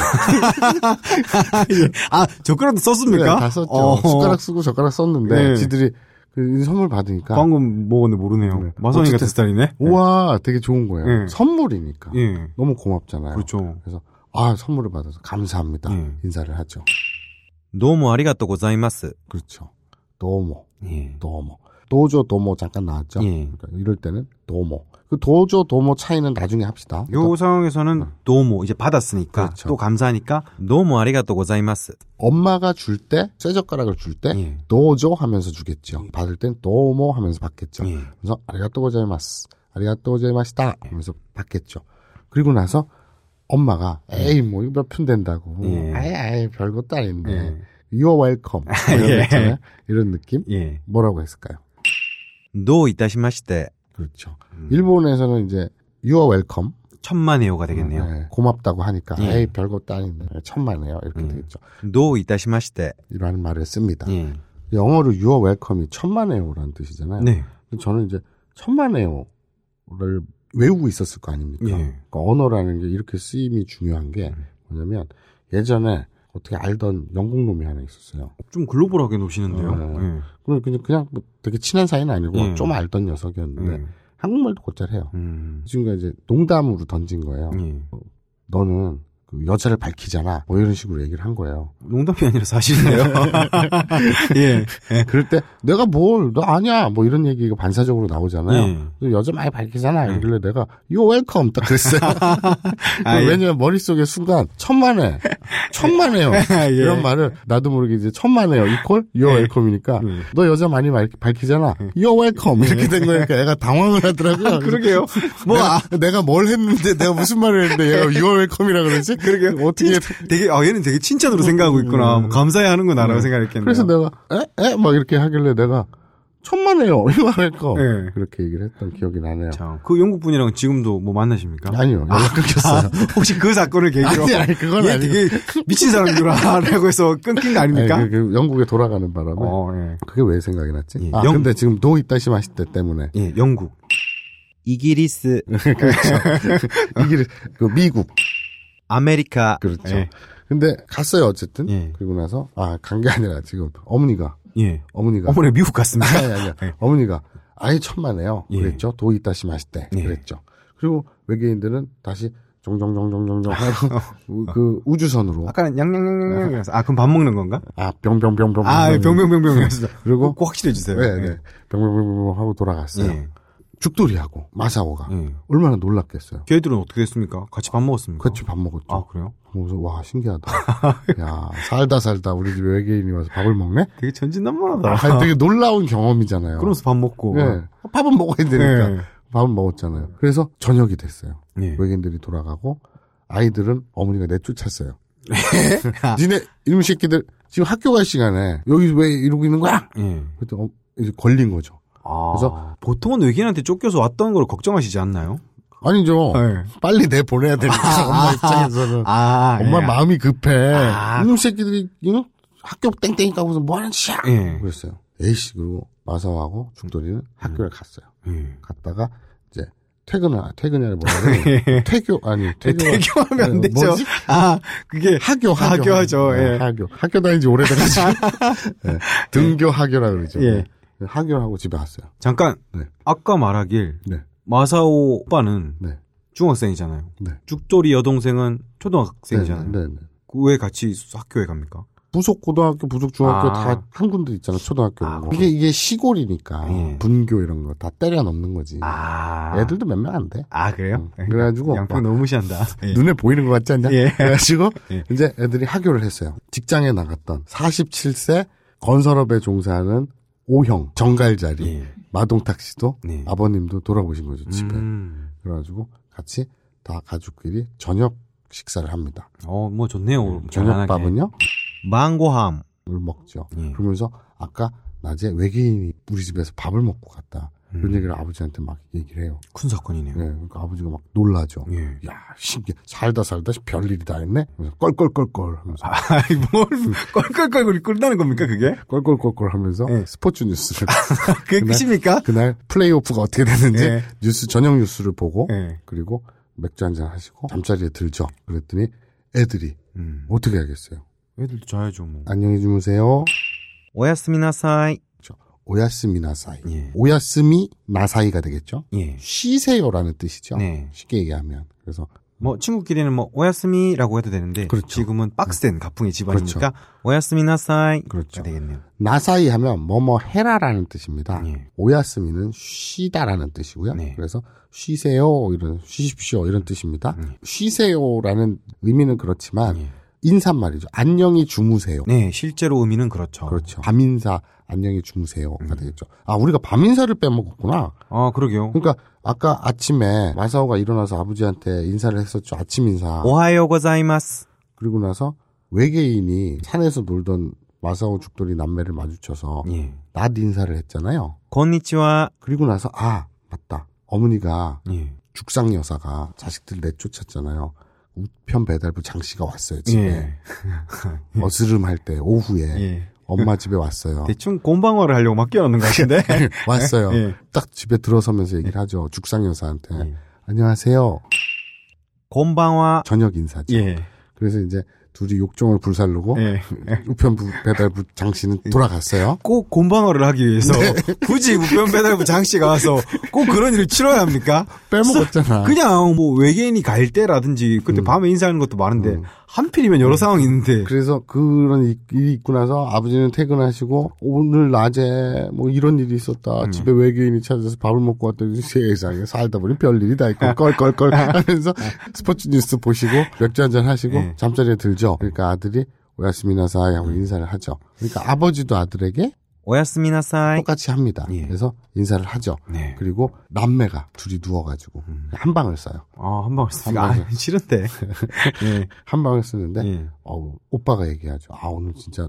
Speaker 2: 아 젓가락도
Speaker 4: 네,
Speaker 2: 아, 썼습니까?
Speaker 4: 다 썼죠.
Speaker 2: 어.
Speaker 4: 숟가락 쓰고 젓가락 썼는데
Speaker 2: 네.
Speaker 4: 지들이 그 선물 받으니까
Speaker 2: 방금 먹었는데 모르네요.
Speaker 4: 네.
Speaker 2: 마선이 같은
Speaker 4: 어쨌든-
Speaker 2: 스타일이네.
Speaker 4: 우와 되게 좋은 거예요.
Speaker 2: 네.
Speaker 4: 선물이니까
Speaker 2: 예.
Speaker 4: 너무 고맙잖아요.
Speaker 2: 그렇죠.
Speaker 4: 아 선물을 받아서 감사합니다.
Speaker 2: 네.
Speaker 4: 인사를 하죠.
Speaker 1: どうもありがとうございます。
Speaker 4: 그렇죠. 너무
Speaker 1: 예.
Speaker 4: 도모. 도조 도모 잠깐 나왔죠.
Speaker 1: 예.
Speaker 4: 그러니까 이럴 때는 도모. 그 도조 도모 차이는 나중에 합시다.
Speaker 2: 요 상황에서는
Speaker 4: 음.
Speaker 2: 너무 이제 받았으니까
Speaker 4: 그렇죠.
Speaker 2: 또 감사하니까
Speaker 1: どうもありがとうございます。
Speaker 4: 엄마가 줄 때 쇠젓가락을 줄 때
Speaker 2: 예.
Speaker 4: 도조 하면서 주겠죠. 받을 땐 도모 하면서 받겠죠.
Speaker 2: 예.
Speaker 4: 그래서 아리가또 고자이마스, 아리가또 고자이마시다 하면서 받겠죠. 그리고 나서 엄마가 에이 뭐 이거 몇푼 된다고.
Speaker 2: 예.
Speaker 4: 아이 아이 별것도 아닌데.
Speaker 2: 예.
Speaker 4: You're welcome. 뭐 이런,
Speaker 2: 예.
Speaker 4: 거 있잖아요. 이런 느낌?
Speaker 2: 예.
Speaker 4: 뭐라고 했을까요?
Speaker 1: どういたしまして。
Speaker 4: 그렇죠.
Speaker 2: 음.
Speaker 4: 일본에서는 이제 You're welcome.
Speaker 1: 천만에요가 되겠네요.
Speaker 4: 네, 고맙다고 하니까
Speaker 1: 예.
Speaker 4: 에이 별것도 아닌데 네, 천만에요 이렇게
Speaker 1: 음.
Speaker 4: 되겠죠.
Speaker 1: どういたしまして。
Speaker 4: 이런 말을 씁니다.
Speaker 1: 예.
Speaker 4: 영어로 you are welcome이 천만에요라는 뜻이잖아요.
Speaker 2: 네.
Speaker 4: 근데 저는 이제 천만에요를 외우고 있었을 거 아닙니까?
Speaker 2: 예.
Speaker 4: 그러니까 언어라는 게 이렇게 쓰임이 중요한 게
Speaker 1: 음.
Speaker 4: 뭐냐면 예전에 어떻게 알던 영국 놈이 하나 있었어요.
Speaker 2: 좀 글로벌하게 노시는데요.
Speaker 4: 어, 그냥 그냥, 그냥 뭐 되게 친한 사이는 아니고
Speaker 2: 예.
Speaker 4: 좀 알던
Speaker 2: 예.
Speaker 4: 녀석이었는데
Speaker 2: 예.
Speaker 4: 한국말도 곧잘해요.
Speaker 2: 음.
Speaker 4: 지금 이제 농담으로 던진 거예요.
Speaker 2: 예.
Speaker 4: 너는 그 여자를 밝히잖아. 뭐 이런 식으로 얘기를 한 거예요.
Speaker 2: 농담이 아니라 사실이네요. 예.
Speaker 4: 그럴 때 내가 뭘, 너 아니야. 뭐 이런 얘기가 반사적으로 나오잖아요.
Speaker 2: 예.
Speaker 4: 그래서 여자 많이 밝히잖아.
Speaker 2: 네.
Speaker 4: 이래 내가 You're welcome 딱 그랬어요. 그
Speaker 2: 아, 예.
Speaker 4: 왜냐면 머릿속에 순간 천만에, 천만에요.
Speaker 2: 예.
Speaker 4: 이런 말을 나도 모르게 이제 천만에요. 이퀄 You're welcome이니까
Speaker 2: 예.
Speaker 4: 너 여자 많이 말- 밝히잖아. You're welcome 이렇게 된 거니까 애가 당황을 하더라고요.
Speaker 2: 음. 그러게요. 뭐,
Speaker 4: 내가,
Speaker 2: 아, 예.
Speaker 4: 내가 뭘 했는데 내가 무슨 말을 했는데 얘가 You're welcome이라 그러지?
Speaker 2: 그러게요.
Speaker 4: 어떻게
Speaker 2: 되게, 아, 얘는 되게 칭찬으로 생각하고 있구나. 뭐 감사해야 하는구나라고
Speaker 4: 네.
Speaker 2: 생각했겠네요.
Speaker 4: 그래서 내가 에? 에? 막 이렇게 하길래 내가 천만에요 이 말할 거
Speaker 2: 예.
Speaker 4: 그렇게 얘기를 했던 기억이 나네요.
Speaker 2: 참, 그 영국 분이랑 지금도 뭐 만나십니까?
Speaker 4: 아니요 연락 끊겼어요.
Speaker 2: 혹시 그 사건을 계기로
Speaker 4: 아니 아니 그건
Speaker 2: 얘
Speaker 4: 아니고
Speaker 2: 되게 미친 사람이구나라고 해서 끊긴 거 아닙니까?
Speaker 4: 아니, 그, 그 영국에 돌아가는 바람에
Speaker 2: 어, 예.
Speaker 4: 그게 왜 생각이 났지?
Speaker 2: 예,
Speaker 4: 아
Speaker 2: 영-
Speaker 4: 근데 지금 노 이따시 마실 때 때문에
Speaker 2: 예, 영국.
Speaker 1: イギリス、
Speaker 4: 이게 그 미국
Speaker 1: アメリカ。
Speaker 4: 그렇죠.
Speaker 2: 예.
Speaker 4: 근데 갔어요 어쨌든
Speaker 2: 예.
Speaker 4: 그리고 나서 아 간 게 아니라 지금 어머니가
Speaker 2: 예.
Speaker 4: 어머니가
Speaker 2: 어머니 미국 갔습니다.
Speaker 4: 아니 아니야.
Speaker 2: 네.
Speaker 4: 어머니가 아예 천만에요.
Speaker 2: 예.
Speaker 4: 그랬죠. 도이따시 마실 때
Speaker 2: 예.
Speaker 4: 그랬죠. 그리고 외계인들은 다시 종종종종종종 하고 우- 그 우주선으로
Speaker 2: 아까는 양양양양양. 아, 그럼 밥 먹는 건가?
Speaker 4: 아 예, 병병병병
Speaker 2: 아, 병병병병이었어.
Speaker 4: 그리고
Speaker 2: 꼭 확실해 주세요.
Speaker 4: 네, 네. 병병병병 하고 돌아갔어요.
Speaker 2: 예.
Speaker 4: 죽돌이하고 마사오가
Speaker 2: 예.
Speaker 4: 얼마나 놀랐겠어요.
Speaker 2: 걔들은 어떻게 됐습니까? 같이 밥 먹었습니까?
Speaker 4: 같이 밥 먹었죠.
Speaker 2: 아, 그래요?
Speaker 4: 그래서 와 신기하다. 야 살다 살다 우리 집에 외계인이 와서 밥을 먹네.
Speaker 2: 되게
Speaker 4: 아,
Speaker 2: 전진난만하다.
Speaker 4: 되게 놀라운 경험이잖아요.
Speaker 2: 그러면서 밥 먹고. 네, 그러니까.
Speaker 4: 예. 밥은 먹어야 되니까 밥은 먹었잖아요. 그래서 저녁이 됐어요.
Speaker 2: 예. 예.
Speaker 4: 외계인들이 돌아가고 아이들은 어머니가 내쫓았어요.
Speaker 2: 아.
Speaker 4: 니네 이놈 새끼들 지금 학교 갈 시간에 여기 왜 이러고 있는 거야?
Speaker 2: 예.
Speaker 4: 그랬더니 어, 이제 걸린 거죠.
Speaker 2: 아.
Speaker 4: 그래서-
Speaker 2: 보통은 외계인한테 쫓겨서 왔던 걸 걱정하시지 않나요?
Speaker 4: 아니죠.
Speaker 2: 예.
Speaker 4: 빨리 내 보내야 되니까 엄마 입장에서는
Speaker 2: 아,
Speaker 4: 엄마
Speaker 2: 예.
Speaker 4: 마음이 급해.
Speaker 2: 아.
Speaker 4: 이놈 새끼들이 이놈 학교 땡땡이 까고서 뭐 하는 짓이야?
Speaker 2: 예.
Speaker 4: 그랬어요. 에이씨 그리고 마사오하고 중돌이는 학교를 갔어요.
Speaker 2: 예.
Speaker 4: 갔다가 이제 퇴근을 퇴근이 아니라 뭐라 퇴교 아니 퇴교
Speaker 2: 대교하면 안
Speaker 4: 뭐지?
Speaker 2: 되죠. 예. 아, 그게
Speaker 4: 학교, 학교.
Speaker 2: 학교 하죠,
Speaker 4: 네,
Speaker 2: 예.
Speaker 4: 학교. 학교 다닌 지 오래돼가지고. 예, 등교 학교라 그러죠.
Speaker 2: 예.
Speaker 4: 네, 학교를 하고 집에 왔어요.
Speaker 2: 잠깐
Speaker 4: 네.
Speaker 2: 아까 말하길
Speaker 4: 네.
Speaker 2: 마사오 오빠는
Speaker 4: 네.
Speaker 2: 중학생이잖아요.
Speaker 4: 네.
Speaker 2: 죽돌이 여동생은 초등학생이잖아요.
Speaker 4: 네, 네, 네.
Speaker 2: 그왜 같이 학교에 갑니까?
Speaker 4: 부속 고등학교, 부속 중학교
Speaker 2: 아.
Speaker 4: 다 한 군데 있잖아, 초등학교.
Speaker 2: 아,
Speaker 4: 이게, 이게 시골이니까.
Speaker 2: 예.
Speaker 4: 분교 이런 거 다 때려 넣는 거지.
Speaker 2: 아,
Speaker 4: 애들도 몇 명 안 돼.
Speaker 2: 아 그래요?
Speaker 4: 음, 그래가지고.
Speaker 2: 양평 너무 무시한다. 예.
Speaker 4: 눈에 보이는 것 같지 않냐?
Speaker 2: 예.
Speaker 4: 그래가지고
Speaker 2: 예.
Speaker 4: 이제 애들이 학교를 했어요. 직장에 나갔던 47세 건설업에 종사하는 오형 정갈자리
Speaker 2: 예.
Speaker 4: 마동탁 씨도
Speaker 2: 네.
Speaker 4: 아버님도 돌아오신 거죠 집에.
Speaker 2: 음.
Speaker 4: 그래가지고 같이 다 가족끼리 저녁 식사를 합니다. 음,
Speaker 2: 어, 뭐 좋네요. 편안하게.
Speaker 4: 저녁밥은요?
Speaker 1: 망고함.
Speaker 4: 을 먹죠.
Speaker 2: 예.
Speaker 4: 그러면서 아까 낮에 외계인이 우리 집에서 밥을 먹고 갔다. 이런
Speaker 2: 음.
Speaker 4: 얘기를 아버지한테 막 얘기를 해요.
Speaker 2: 큰
Speaker 4: 예,
Speaker 2: 사건이네요.
Speaker 4: 그러니까 아버지가 막 놀라죠.
Speaker 2: 예.
Speaker 4: 야, 신기 살다 살다 별일이 다 했네. 그래서 껄껄껄껄 하면서
Speaker 2: 아이 뭘 껄껄껄 끓는다는 겁니까 그게?
Speaker 4: 껄껄껄껄 하면서
Speaker 2: 예.
Speaker 4: 스포츠 뉴스를
Speaker 2: 그게
Speaker 4: 그날-
Speaker 2: 끝입니까?
Speaker 4: 그날 플레이오프가 어떻게 됐는지
Speaker 2: 예.
Speaker 4: 뉴스 저녁 뉴스를 보고
Speaker 2: 예.
Speaker 4: 그리고 맥주 한잔 하시고 잠자리에 들죠. 그랬더니 애들이
Speaker 2: 음.
Speaker 4: 어떻게 하겠어요?
Speaker 2: 애들도 자야죠 뭐.
Speaker 4: 안녕히 주무세요.
Speaker 1: おやすみなさい。
Speaker 4: 오야스미 나사이.
Speaker 2: 예.
Speaker 4: 오야스미 나사이가 되겠죠.
Speaker 2: 예.
Speaker 4: 쉬세요라는 뜻이죠.
Speaker 2: 네.
Speaker 4: 쉽게 얘기하면. 그래서
Speaker 2: 뭐 친구끼리는 뭐 오야스미라고 해도 되는데
Speaker 4: 그렇죠.
Speaker 2: 지금은 빡센 가풍의 집안이니까 오야스미 나사이
Speaker 4: 그렇죠.
Speaker 2: 되겠네요.
Speaker 4: 나사이 하면 뭐뭐 해라라는 뜻입니다.
Speaker 2: 예.
Speaker 4: 오야스미는 쉬다라는 뜻이고요.
Speaker 2: 네.
Speaker 4: 그래서 쉬세요 이런 쉬십시오 이런 뜻입니다.
Speaker 2: 네.
Speaker 4: 쉬세요라는 의미는 그렇지만
Speaker 2: 예.
Speaker 4: 인사말이죠. 안녕히 주무세요.
Speaker 2: 네, 실제로 의미는 그렇죠.
Speaker 4: 그렇죠. 밤 인사 안녕히 주무세요가
Speaker 2: 음.
Speaker 4: 되겠죠. 아 우리가 밤 인사를 빼먹었구나.
Speaker 2: 아 그러게요.
Speaker 4: 그러니까 아까 아침에 마사오가 일어나서 아버지한테 인사를 했었죠. 아침 인사.
Speaker 2: 오하요 고자이마스.
Speaker 4: 그리고 나서 외계인이 산에서 놀던 마사오 죽돌이 남매를 마주쳐서
Speaker 2: 예.
Speaker 4: 낮 인사를 했잖아요.
Speaker 2: 건니치와.
Speaker 4: 그리고 나서 아 맞다 어머니가
Speaker 2: 예.
Speaker 4: 죽상 여사가 자식들 내쫓았잖아요. 우편 배달부 장 씨가 왔어요 집에 어스름할 때 오후에
Speaker 2: 예.
Speaker 4: 엄마 집에 왔어요.
Speaker 2: 대충 곰방어를 하려고 막 끼어넣는 것 같은데.
Speaker 4: 왔어요.
Speaker 2: 예.
Speaker 4: 딱 집에 들어서면서 얘기를 하죠. 죽상 여사한테
Speaker 2: 예.
Speaker 4: 안녕하세요
Speaker 2: 곰방화.
Speaker 4: 저녁 인사죠.
Speaker 2: 예.
Speaker 4: 그래서 이제 둘이 욕정을 불살르고
Speaker 2: 예.
Speaker 4: 우편 부- 배달부 장 씨는 돌아갔어요.
Speaker 2: 꼭 곰방어를 하기 위해서
Speaker 4: 네.
Speaker 2: 굳이 우편 배달부 장 씨가 와서 꼭 그런 일을 치러야 합니까?
Speaker 4: 빼먹었잖아.
Speaker 2: 그냥 뭐 외계인이 갈 때라든지 그때 밤에 인사하는 것도 많은데
Speaker 4: 음.
Speaker 2: 한필이면 여러 상황이 있는데
Speaker 4: 그래서 그런 이- 일이 있고 나서 아버지는 퇴근하시고 오늘 낮에 뭐 이런 일이 있었다.
Speaker 2: 음.
Speaker 4: 집에 외계인이 찾아서 밥을 먹고 왔더니 세상에 살다 보니 별일이 다 있고
Speaker 2: 네.
Speaker 4: 껄껄껄 하면서 스포츠 뉴스 보시고 맥주 한잔 하시고
Speaker 2: 네.
Speaker 4: 잠자리에 들죠. 그러니까 아들이 오야스미나사이 하고 인사를 하죠. 그러니까 아버지도 아들에게
Speaker 2: 오야스미나사이.
Speaker 4: 똑같이 합니다.
Speaker 2: 예.
Speaker 4: 그래서 인사를 하죠.
Speaker 2: 네.
Speaker 4: 그리고 남매가 둘이 누워가지고 한 방을 써요.
Speaker 2: 아, 음. 한 방울 쓰기.
Speaker 4: 한 방울.
Speaker 2: 아, 싫은데. 예.
Speaker 4: 한 방을 쓰는데
Speaker 2: 예.
Speaker 4: 어우, 오빠가 얘기하죠. 아 오늘 진짜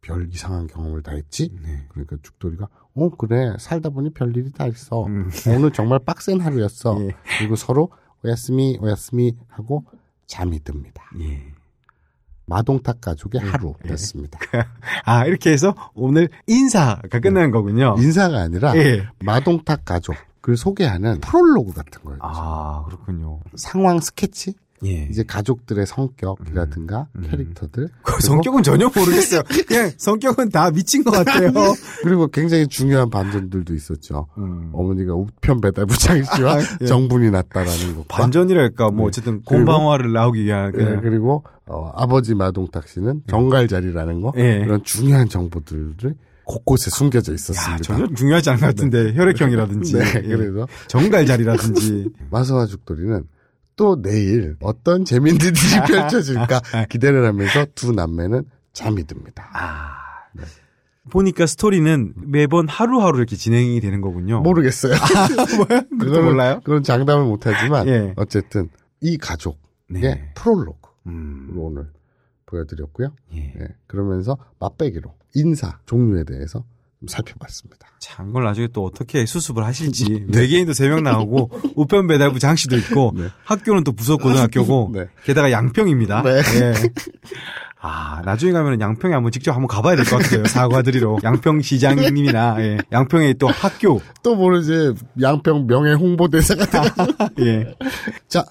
Speaker 4: 별 이상한 경험을 다 했지.
Speaker 2: 네.
Speaker 4: 그러니까 죽돌이가 어 그래 살다 보니 별일이 다 있어 뭐
Speaker 2: 음.
Speaker 4: 오늘 정말 빡센 하루였어
Speaker 2: 예.
Speaker 4: 그리고 서로 오야스미 오야스미 하고 잠이 듭니다
Speaker 2: 예.
Speaker 4: 마동탁 가족의 하루였습니다
Speaker 2: 아, 이렇게 해서 오늘 네. 인사가 끝나는 거군요.
Speaker 4: 인사가 아니라
Speaker 2: 예.
Speaker 4: 마동탁 가족을 소개하는 프롤로그 같은 거예요
Speaker 2: 아, 그렇군요.
Speaker 4: 상황 스케치
Speaker 2: 예.
Speaker 4: 이제 가족들의 성격이라든가
Speaker 2: 음.
Speaker 4: 캐릭터들
Speaker 2: 그 성격은 전혀 모르겠어요. 그냥 성격은 다 미친 것 같아요.
Speaker 4: 그리고 굉장히 중요한 반전들도 있었죠
Speaker 2: 음.
Speaker 4: 어머니가 우편 배달 부장 씨와
Speaker 2: 아, 예.
Speaker 4: 정분이 났다라는 것
Speaker 2: 반전이랄까, 뭐, 어쨌든,
Speaker 4: 그리고-
Speaker 2: 곰방화를 나오기 위한,
Speaker 4: 예,
Speaker 2: 네, 그냥,
Speaker 4: 그리고 어, 아버지 마동탁
Speaker 2: 네.
Speaker 4: 씨는 정갈자리라는 거
Speaker 2: 예.
Speaker 4: 그런 중요한 정보들을 곳곳에 숨겨져 있었습니다.
Speaker 2: 야, 전혀 중요하지 않은 것 같은데, 혈액형이라든지,
Speaker 4: 네,
Speaker 2: 예.
Speaker 4: 그래서
Speaker 2: 정갈자리라든지,
Speaker 4: 마서와 죽돌이는 또 내일 어떤 재밌는 일이 펼쳐질까 기대를 하면서 두 남매는 잠이 듭니다. 아, 네.
Speaker 2: 보니까 스토리는 매번 하루하루 이렇게 진행이 되는 거군요.
Speaker 4: 모르겠어요.
Speaker 2: 뭐야? 그것도 몰라요?
Speaker 4: 그건 장담을 못하지만
Speaker 2: 예.
Speaker 4: 어쨌든 이 가족의
Speaker 2: 네.
Speaker 4: 프롤로그로
Speaker 2: 음,
Speaker 4: 오늘 보여드렸고요.
Speaker 2: 예.
Speaker 4: 예, 그러면서 맛배기로 인사 종류에 대해서 좀 살펴봤습니다.
Speaker 2: 참, 이걸 나중에 또 어떻게 수습을 하실지. 외계인도 세 명 나오고, 우편 배달부 장씨도 있고,
Speaker 4: 네.
Speaker 2: 학교는 또 부속 고등학교고,
Speaker 4: 네.
Speaker 2: 게다가 양평입니다.
Speaker 4: 네.
Speaker 2: 예. 아, 나중에 가면 은 양평에 한번 직접 한번 가봐야 될 것 같아요. 사과드리러. 양평시장님이나, 예. 양평에 또 학교.
Speaker 4: 또 모르지 양평 명예 홍보대사가 돼가지고.
Speaker 2: 예.
Speaker 4: 자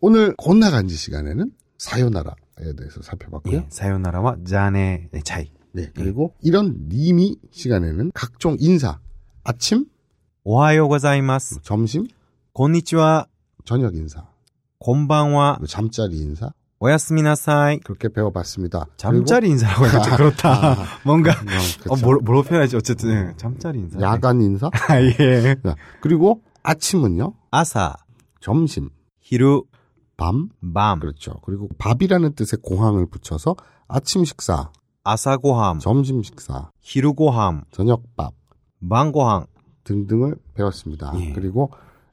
Speaker 4: 오늘 곧 나간지 시간에는 사요나라에 대해서 살펴봤고요.
Speaker 2: 예, 사요나라와 잔의 차이.
Speaker 4: 네 그리고 이런 님이 시간에는 각종 인사 아침,
Speaker 2: 오하요 고자이마스.
Speaker 4: 점심,
Speaker 2: 곤니치와
Speaker 4: 저녁 인사,
Speaker 2: 곤방와
Speaker 4: 그리고 잠자리 인사
Speaker 2: 오야스미나사이.
Speaker 4: 그렇게 배워봤습니다.
Speaker 2: 잠자리 인사라고 아, 해야죠. 그렇다. 뭔가,
Speaker 4: 그리고, 어, 그쵸. 네.
Speaker 2: 어, 뭘, 뭐로 표현하지? 어쨌든, 예, 잠자리 인사.
Speaker 4: 야간 인사
Speaker 2: 아, 예.
Speaker 4: 자, 그리고 아침은요
Speaker 2: 아사,
Speaker 4: 점심,
Speaker 2: 히루, 음.
Speaker 4: 밤
Speaker 2: 밤,
Speaker 4: 그렇죠. 그리고 밥이라는 뜻에 공항을 붙여서 아침 식사,
Speaker 2: 아사고함,
Speaker 4: 점심 식사,
Speaker 2: 히루고함,
Speaker 4: 저녁밥
Speaker 2: 방고함.
Speaker 4: 등등을 배웠습니다.
Speaker 2: 예.
Speaker 4: 그리고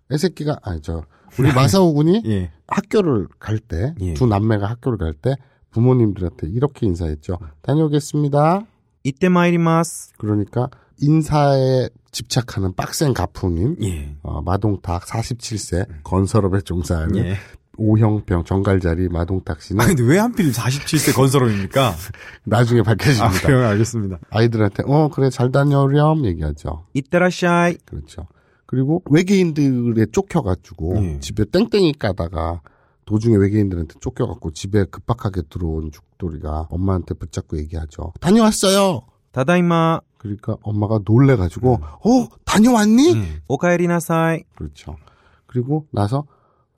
Speaker 4: 애새끼가 아니 저 우리 마사오 군이
Speaker 2: 예.
Speaker 4: 학교를 갈 때 두
Speaker 2: 예.
Speaker 4: 남매가 학교를 갈 때 부모님들한테 이렇게 인사했죠. 다녀오겠습니다.
Speaker 2: 이때 마이리마스.
Speaker 4: 그러니까 인사에 집착하는 빡센 가풍인
Speaker 2: 예.
Speaker 4: 어, 마동탁 47세 건설업에 종사하는
Speaker 2: 음. 예.
Speaker 4: 오형평 정갈자리 마동탁
Speaker 2: 아,
Speaker 4: 씨는
Speaker 2: 근데 왜 하필 47세 건설업입니까?
Speaker 4: 나중에
Speaker 2: 아,
Speaker 4: 밝혀집니다.
Speaker 2: 그래요? 알겠습니다.
Speaker 4: 아, 이들한테어 그래 잘 다녀오렴 얘기하죠.
Speaker 2: 이때라샤이.
Speaker 4: 그렇죠. 그리고 외계인들에 쫓겨가지고
Speaker 2: 예.
Speaker 4: 집에 땡땡이 까다가 도중에 외계인들한테 쫓겨갖고 집에 급박하게 들어온 죽돌이가 엄마한테 붙잡고 얘기하죠. 다녀왔어요.
Speaker 2: 다다이마.
Speaker 4: 그러니까 엄마가 놀래가지고 어 다녀왔니?
Speaker 2: 음. 예.
Speaker 7: 오카에리나사이.
Speaker 4: 그렇죠. 그리고 나서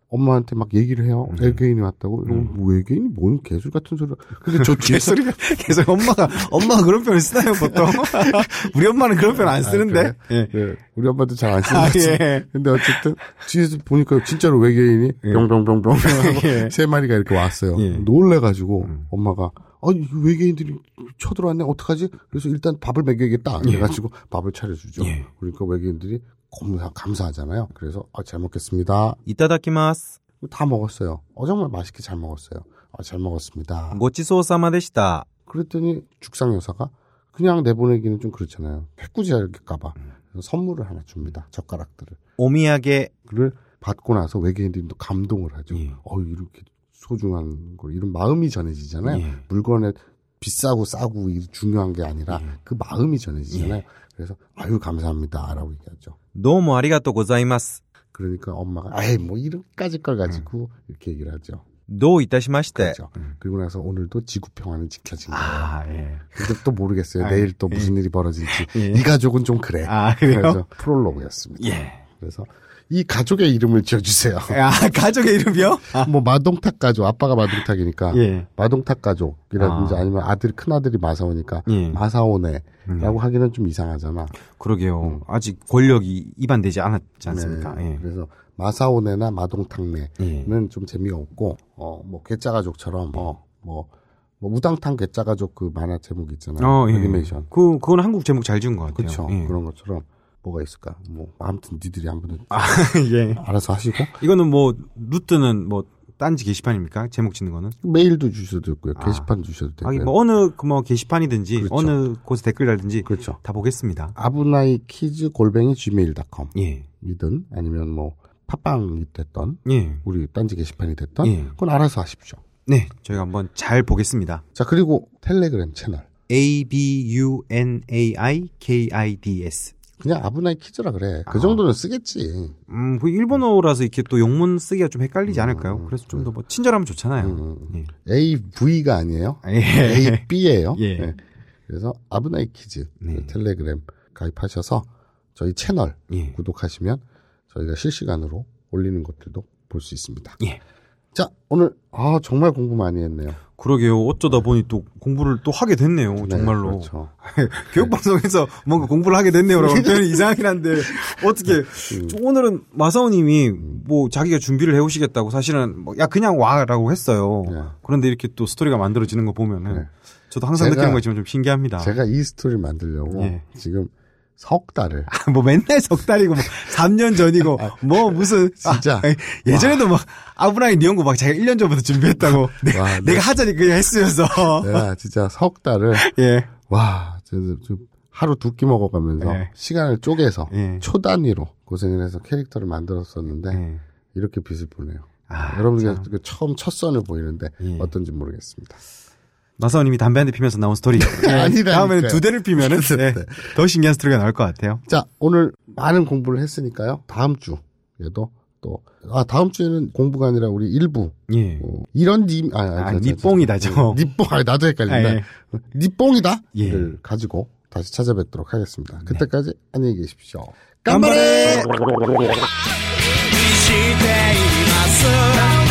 Speaker 4: 엄마한테 막 얘기를 해요. 외계인이 왔다고. 이러면 뭐 외계인이 뭔 개술 같은 소리를. 근데 저 개소리가
Speaker 2: 계속 엄마가 엄마가 그런 표현 쓰나요 보통? 우리 엄마는 그런 표현 안 쓰는데. 예.
Speaker 4: 예, 우리 엄마도 잘 안 쓰는
Speaker 2: 아,
Speaker 4: 거지.
Speaker 2: 예.
Speaker 4: 근데 어쨌든 뒤에서 보니까 진짜로 외계인이 병병병병 하고 세 마리가 이렇게 왔어요.
Speaker 2: 네. 예.
Speaker 4: 놀래가지고 엄마가 아 외계인들이 쳐들어왔네 어떡하지? 그래서 일단 밥을 먹여야겠다. 그래가지고 밥을 차려주죠. 그러니까 외계인들이 감사, 감사하잖아요. 그래서 아, 잘 먹겠습니다.
Speaker 7: 이타다키마스.
Speaker 4: 다 먹었어요. 어 정말 맛있게 잘 먹었어요. 아, 잘 먹었습니다.
Speaker 2: 뭐-
Speaker 7: 고치소사마데시다.
Speaker 4: 그랬더니 죽상 여사가 그냥 내보내기는 좀 그렇잖아요. 해꾸지 할까봐 선물을 하나 줍니다. 젓가락들을.
Speaker 7: 오미야게.
Speaker 4: 그를 받고 나서 외계인들도 감동을 하죠. 어 이렇게 소중한 걸 이런 마음이
Speaker 2: 네.
Speaker 4: 전해지잖아요.
Speaker 2: 예.
Speaker 4: 물건에 비싸고 싸고 이 중요한 게 아니라 그 마음이
Speaker 2: 예.
Speaker 4: 전해지잖아요. 그래서 아유 감사합니다라고 얘기하죠.
Speaker 7: どうも 아리가토 고자이마스.
Speaker 4: 그러니까 엄마가 아이 뭐 이런까지 걸 가지고
Speaker 2: 음.
Speaker 4: 이렇게 얘기를 하죠.
Speaker 7: どういたしまして.
Speaker 4: 그렇죠. 그리고 나서 오늘도 지구 평화는 지켜진 거예요.
Speaker 2: 네. 아 예.
Speaker 4: 근데 또 모르겠어요. 내일 또 무슨 일이 벌어질지.
Speaker 2: 예.
Speaker 4: 이 가족은 좀 그래.
Speaker 2: 아, 그래요?
Speaker 4: 서 프롤로그였습니다.
Speaker 2: 예.
Speaker 4: 그래서 이 가족의 이름을 지어주세요.
Speaker 2: 아 가족의 이름이요? 아,
Speaker 4: 뭐 마동탁 가족, 아빠가 마동탁이니까
Speaker 2: 예.
Speaker 4: 마동탁 가족이라든지
Speaker 2: 아.
Speaker 4: 아. 니면 아들 큰 아들이 마사오니까
Speaker 2: 예.
Speaker 4: 마사오네라고
Speaker 2: 음.
Speaker 4: 하기는 좀 이상하잖아.
Speaker 2: 그러게요. 아직 권력이 이반되지 않았지 않습니까?
Speaker 4: 네.
Speaker 2: 예.
Speaker 4: 그래서 마사오네나 마동탁네는
Speaker 2: 예.
Speaker 4: 좀 재미가 없고 어뭐 괴짜 가족처럼 어뭐 뭐 우당탕 괴짜 가족 그 만화 제목 있잖아요.
Speaker 2: 어, 예.
Speaker 4: 애니메이션.
Speaker 2: 그 그건 한국 제목 잘 지은 것 같아요.
Speaker 4: 그렇죠.
Speaker 2: 예.
Speaker 4: 그런 것처럼 뭐가 있을까? 뭐 아무튼 니들이 한번
Speaker 2: 아, 예.
Speaker 4: 알아서 하시고
Speaker 2: 이거는 뭐 루트는 뭐 딴지 게시판입니까? 제목 짓는 거는?
Speaker 4: 메일도 주셔도 되고요.
Speaker 2: 아.
Speaker 4: 게시판 주셔도 되고요.
Speaker 2: 하긴 뭐 어느 그뭐 게시판이든지
Speaker 4: 네, 그렇죠.
Speaker 2: 어느 곳에 댓글 달든지
Speaker 4: 그렇죠.
Speaker 2: 다 보겠습니다.
Speaker 4: 아브나이 키즈 골뱅이 gmail.com
Speaker 2: 예.
Speaker 4: 이든 아니면 뭐 팟빵이 됐던
Speaker 2: 예.
Speaker 4: 우리 딴지 게시판이 됐던
Speaker 2: 예.
Speaker 4: 그건 알아서 하십시오.
Speaker 2: 네, 저희가 한번 잘 보겠습니다.
Speaker 4: 자 그리고 텔레그램 채널
Speaker 2: A B U N A I K I D S.
Speaker 4: 그냥 아브나이 키즈라 그래. 그
Speaker 2: 아.
Speaker 4: 정도는 쓰겠지.
Speaker 2: 음, 그 일본어라서 이렇게 또 영문 쓰기가 좀 헷갈리지 않을까요? 그래서 좀 더 뭐 친절하면 좋잖아요.
Speaker 4: 네. 음.
Speaker 2: 예.
Speaker 4: AV가 아니에요.
Speaker 2: 아, 예.
Speaker 4: AB예요.
Speaker 2: 예.
Speaker 4: 그래서 아브나이 키즈
Speaker 2: 네.
Speaker 4: 텔레그램 가입하셔서 저희 채널
Speaker 2: 예.
Speaker 4: 구독하시면 저희가 실시간으로 올리는 것들도 볼 수 있습니다.
Speaker 2: 예.
Speaker 4: 자 오늘 아 정말 공부 많이 했네요.
Speaker 2: 그러게요. 어쩌다 보니 또 공부를 또 하게 됐네요.
Speaker 4: 네,
Speaker 2: 정말로.
Speaker 4: 그렇죠.
Speaker 2: 교육방송에서 뭔가 공부를 하게 됐네요라고 하면 표현이 이상하긴 한데 어떻게
Speaker 4: 네.
Speaker 2: 저 오늘은 마사오님이 뭐 자기가 준비를 해오시겠다고 사실은 뭐야 그냥 와라고 했어요.
Speaker 4: 네.
Speaker 2: 그런데 이렇게 또 스토리가 만들어지는 거 보면은
Speaker 4: 네.
Speaker 2: 저도 항상
Speaker 4: 제가-
Speaker 2: 느끼는 거지만 좀 신기합니다.
Speaker 4: 제가 이 스토리를 만들려고
Speaker 2: 아. 예.
Speaker 4: 지금 석 달을
Speaker 2: 뭐 맨날 적달이고 뭐 3년 전이고 뭐 무슨 아,
Speaker 4: 진짜.
Speaker 2: 예전에도 막 아브라이 니온고 막 자기가 1년 전부터 준비했다고 네. 내,
Speaker 4: 와, 네.
Speaker 2: 가 하자니 그냥 했으면서
Speaker 4: 내가 네, 진짜 석 달을
Speaker 2: 예.
Speaker 4: 와 진짜 좀 하루 두 끼 먹어가면서
Speaker 2: 예.
Speaker 4: 시간을 쪼개서
Speaker 2: 예.
Speaker 4: 초 단위로 고생을 해서 캐릭터를 만들었었는데
Speaker 2: 예.
Speaker 4: 이렇게 빛을 보네요.
Speaker 2: 아,
Speaker 4: 네. 여러분들이 그 처음 첫 선을 보이는데
Speaker 2: 예.
Speaker 4: 어떤지 모르겠습니다.
Speaker 2: 마사오님이 담배 한 대 피면서 나온 스토리. 예,
Speaker 4: 아니라니까요.
Speaker 2: 다음에는 두 대를 피면은 예, 더 신기한 스토리가 나올 것 같아요.
Speaker 4: 자 오늘 많은 공부를 했으니까요. 다음 주에도 또 아 다음 주에는 공부가 아니라 우리 일부
Speaker 2: 예.
Speaker 4: 어, 이런 님, 아,
Speaker 2: 아,
Speaker 4: 아, 저, 저, 저.
Speaker 2: 니뽕이다, 저거.
Speaker 4: 니뽕, 아, 나도 헷갈린다.
Speaker 2: 아, 예.
Speaker 4: 니뽕이다!
Speaker 2: 예. 네.
Speaker 4: 를 가지고 다시 찾아뵙도록 하겠습니다. 그때까지 안녕히 계십시오.
Speaker 2: 깜바레!
Speaker 8: しています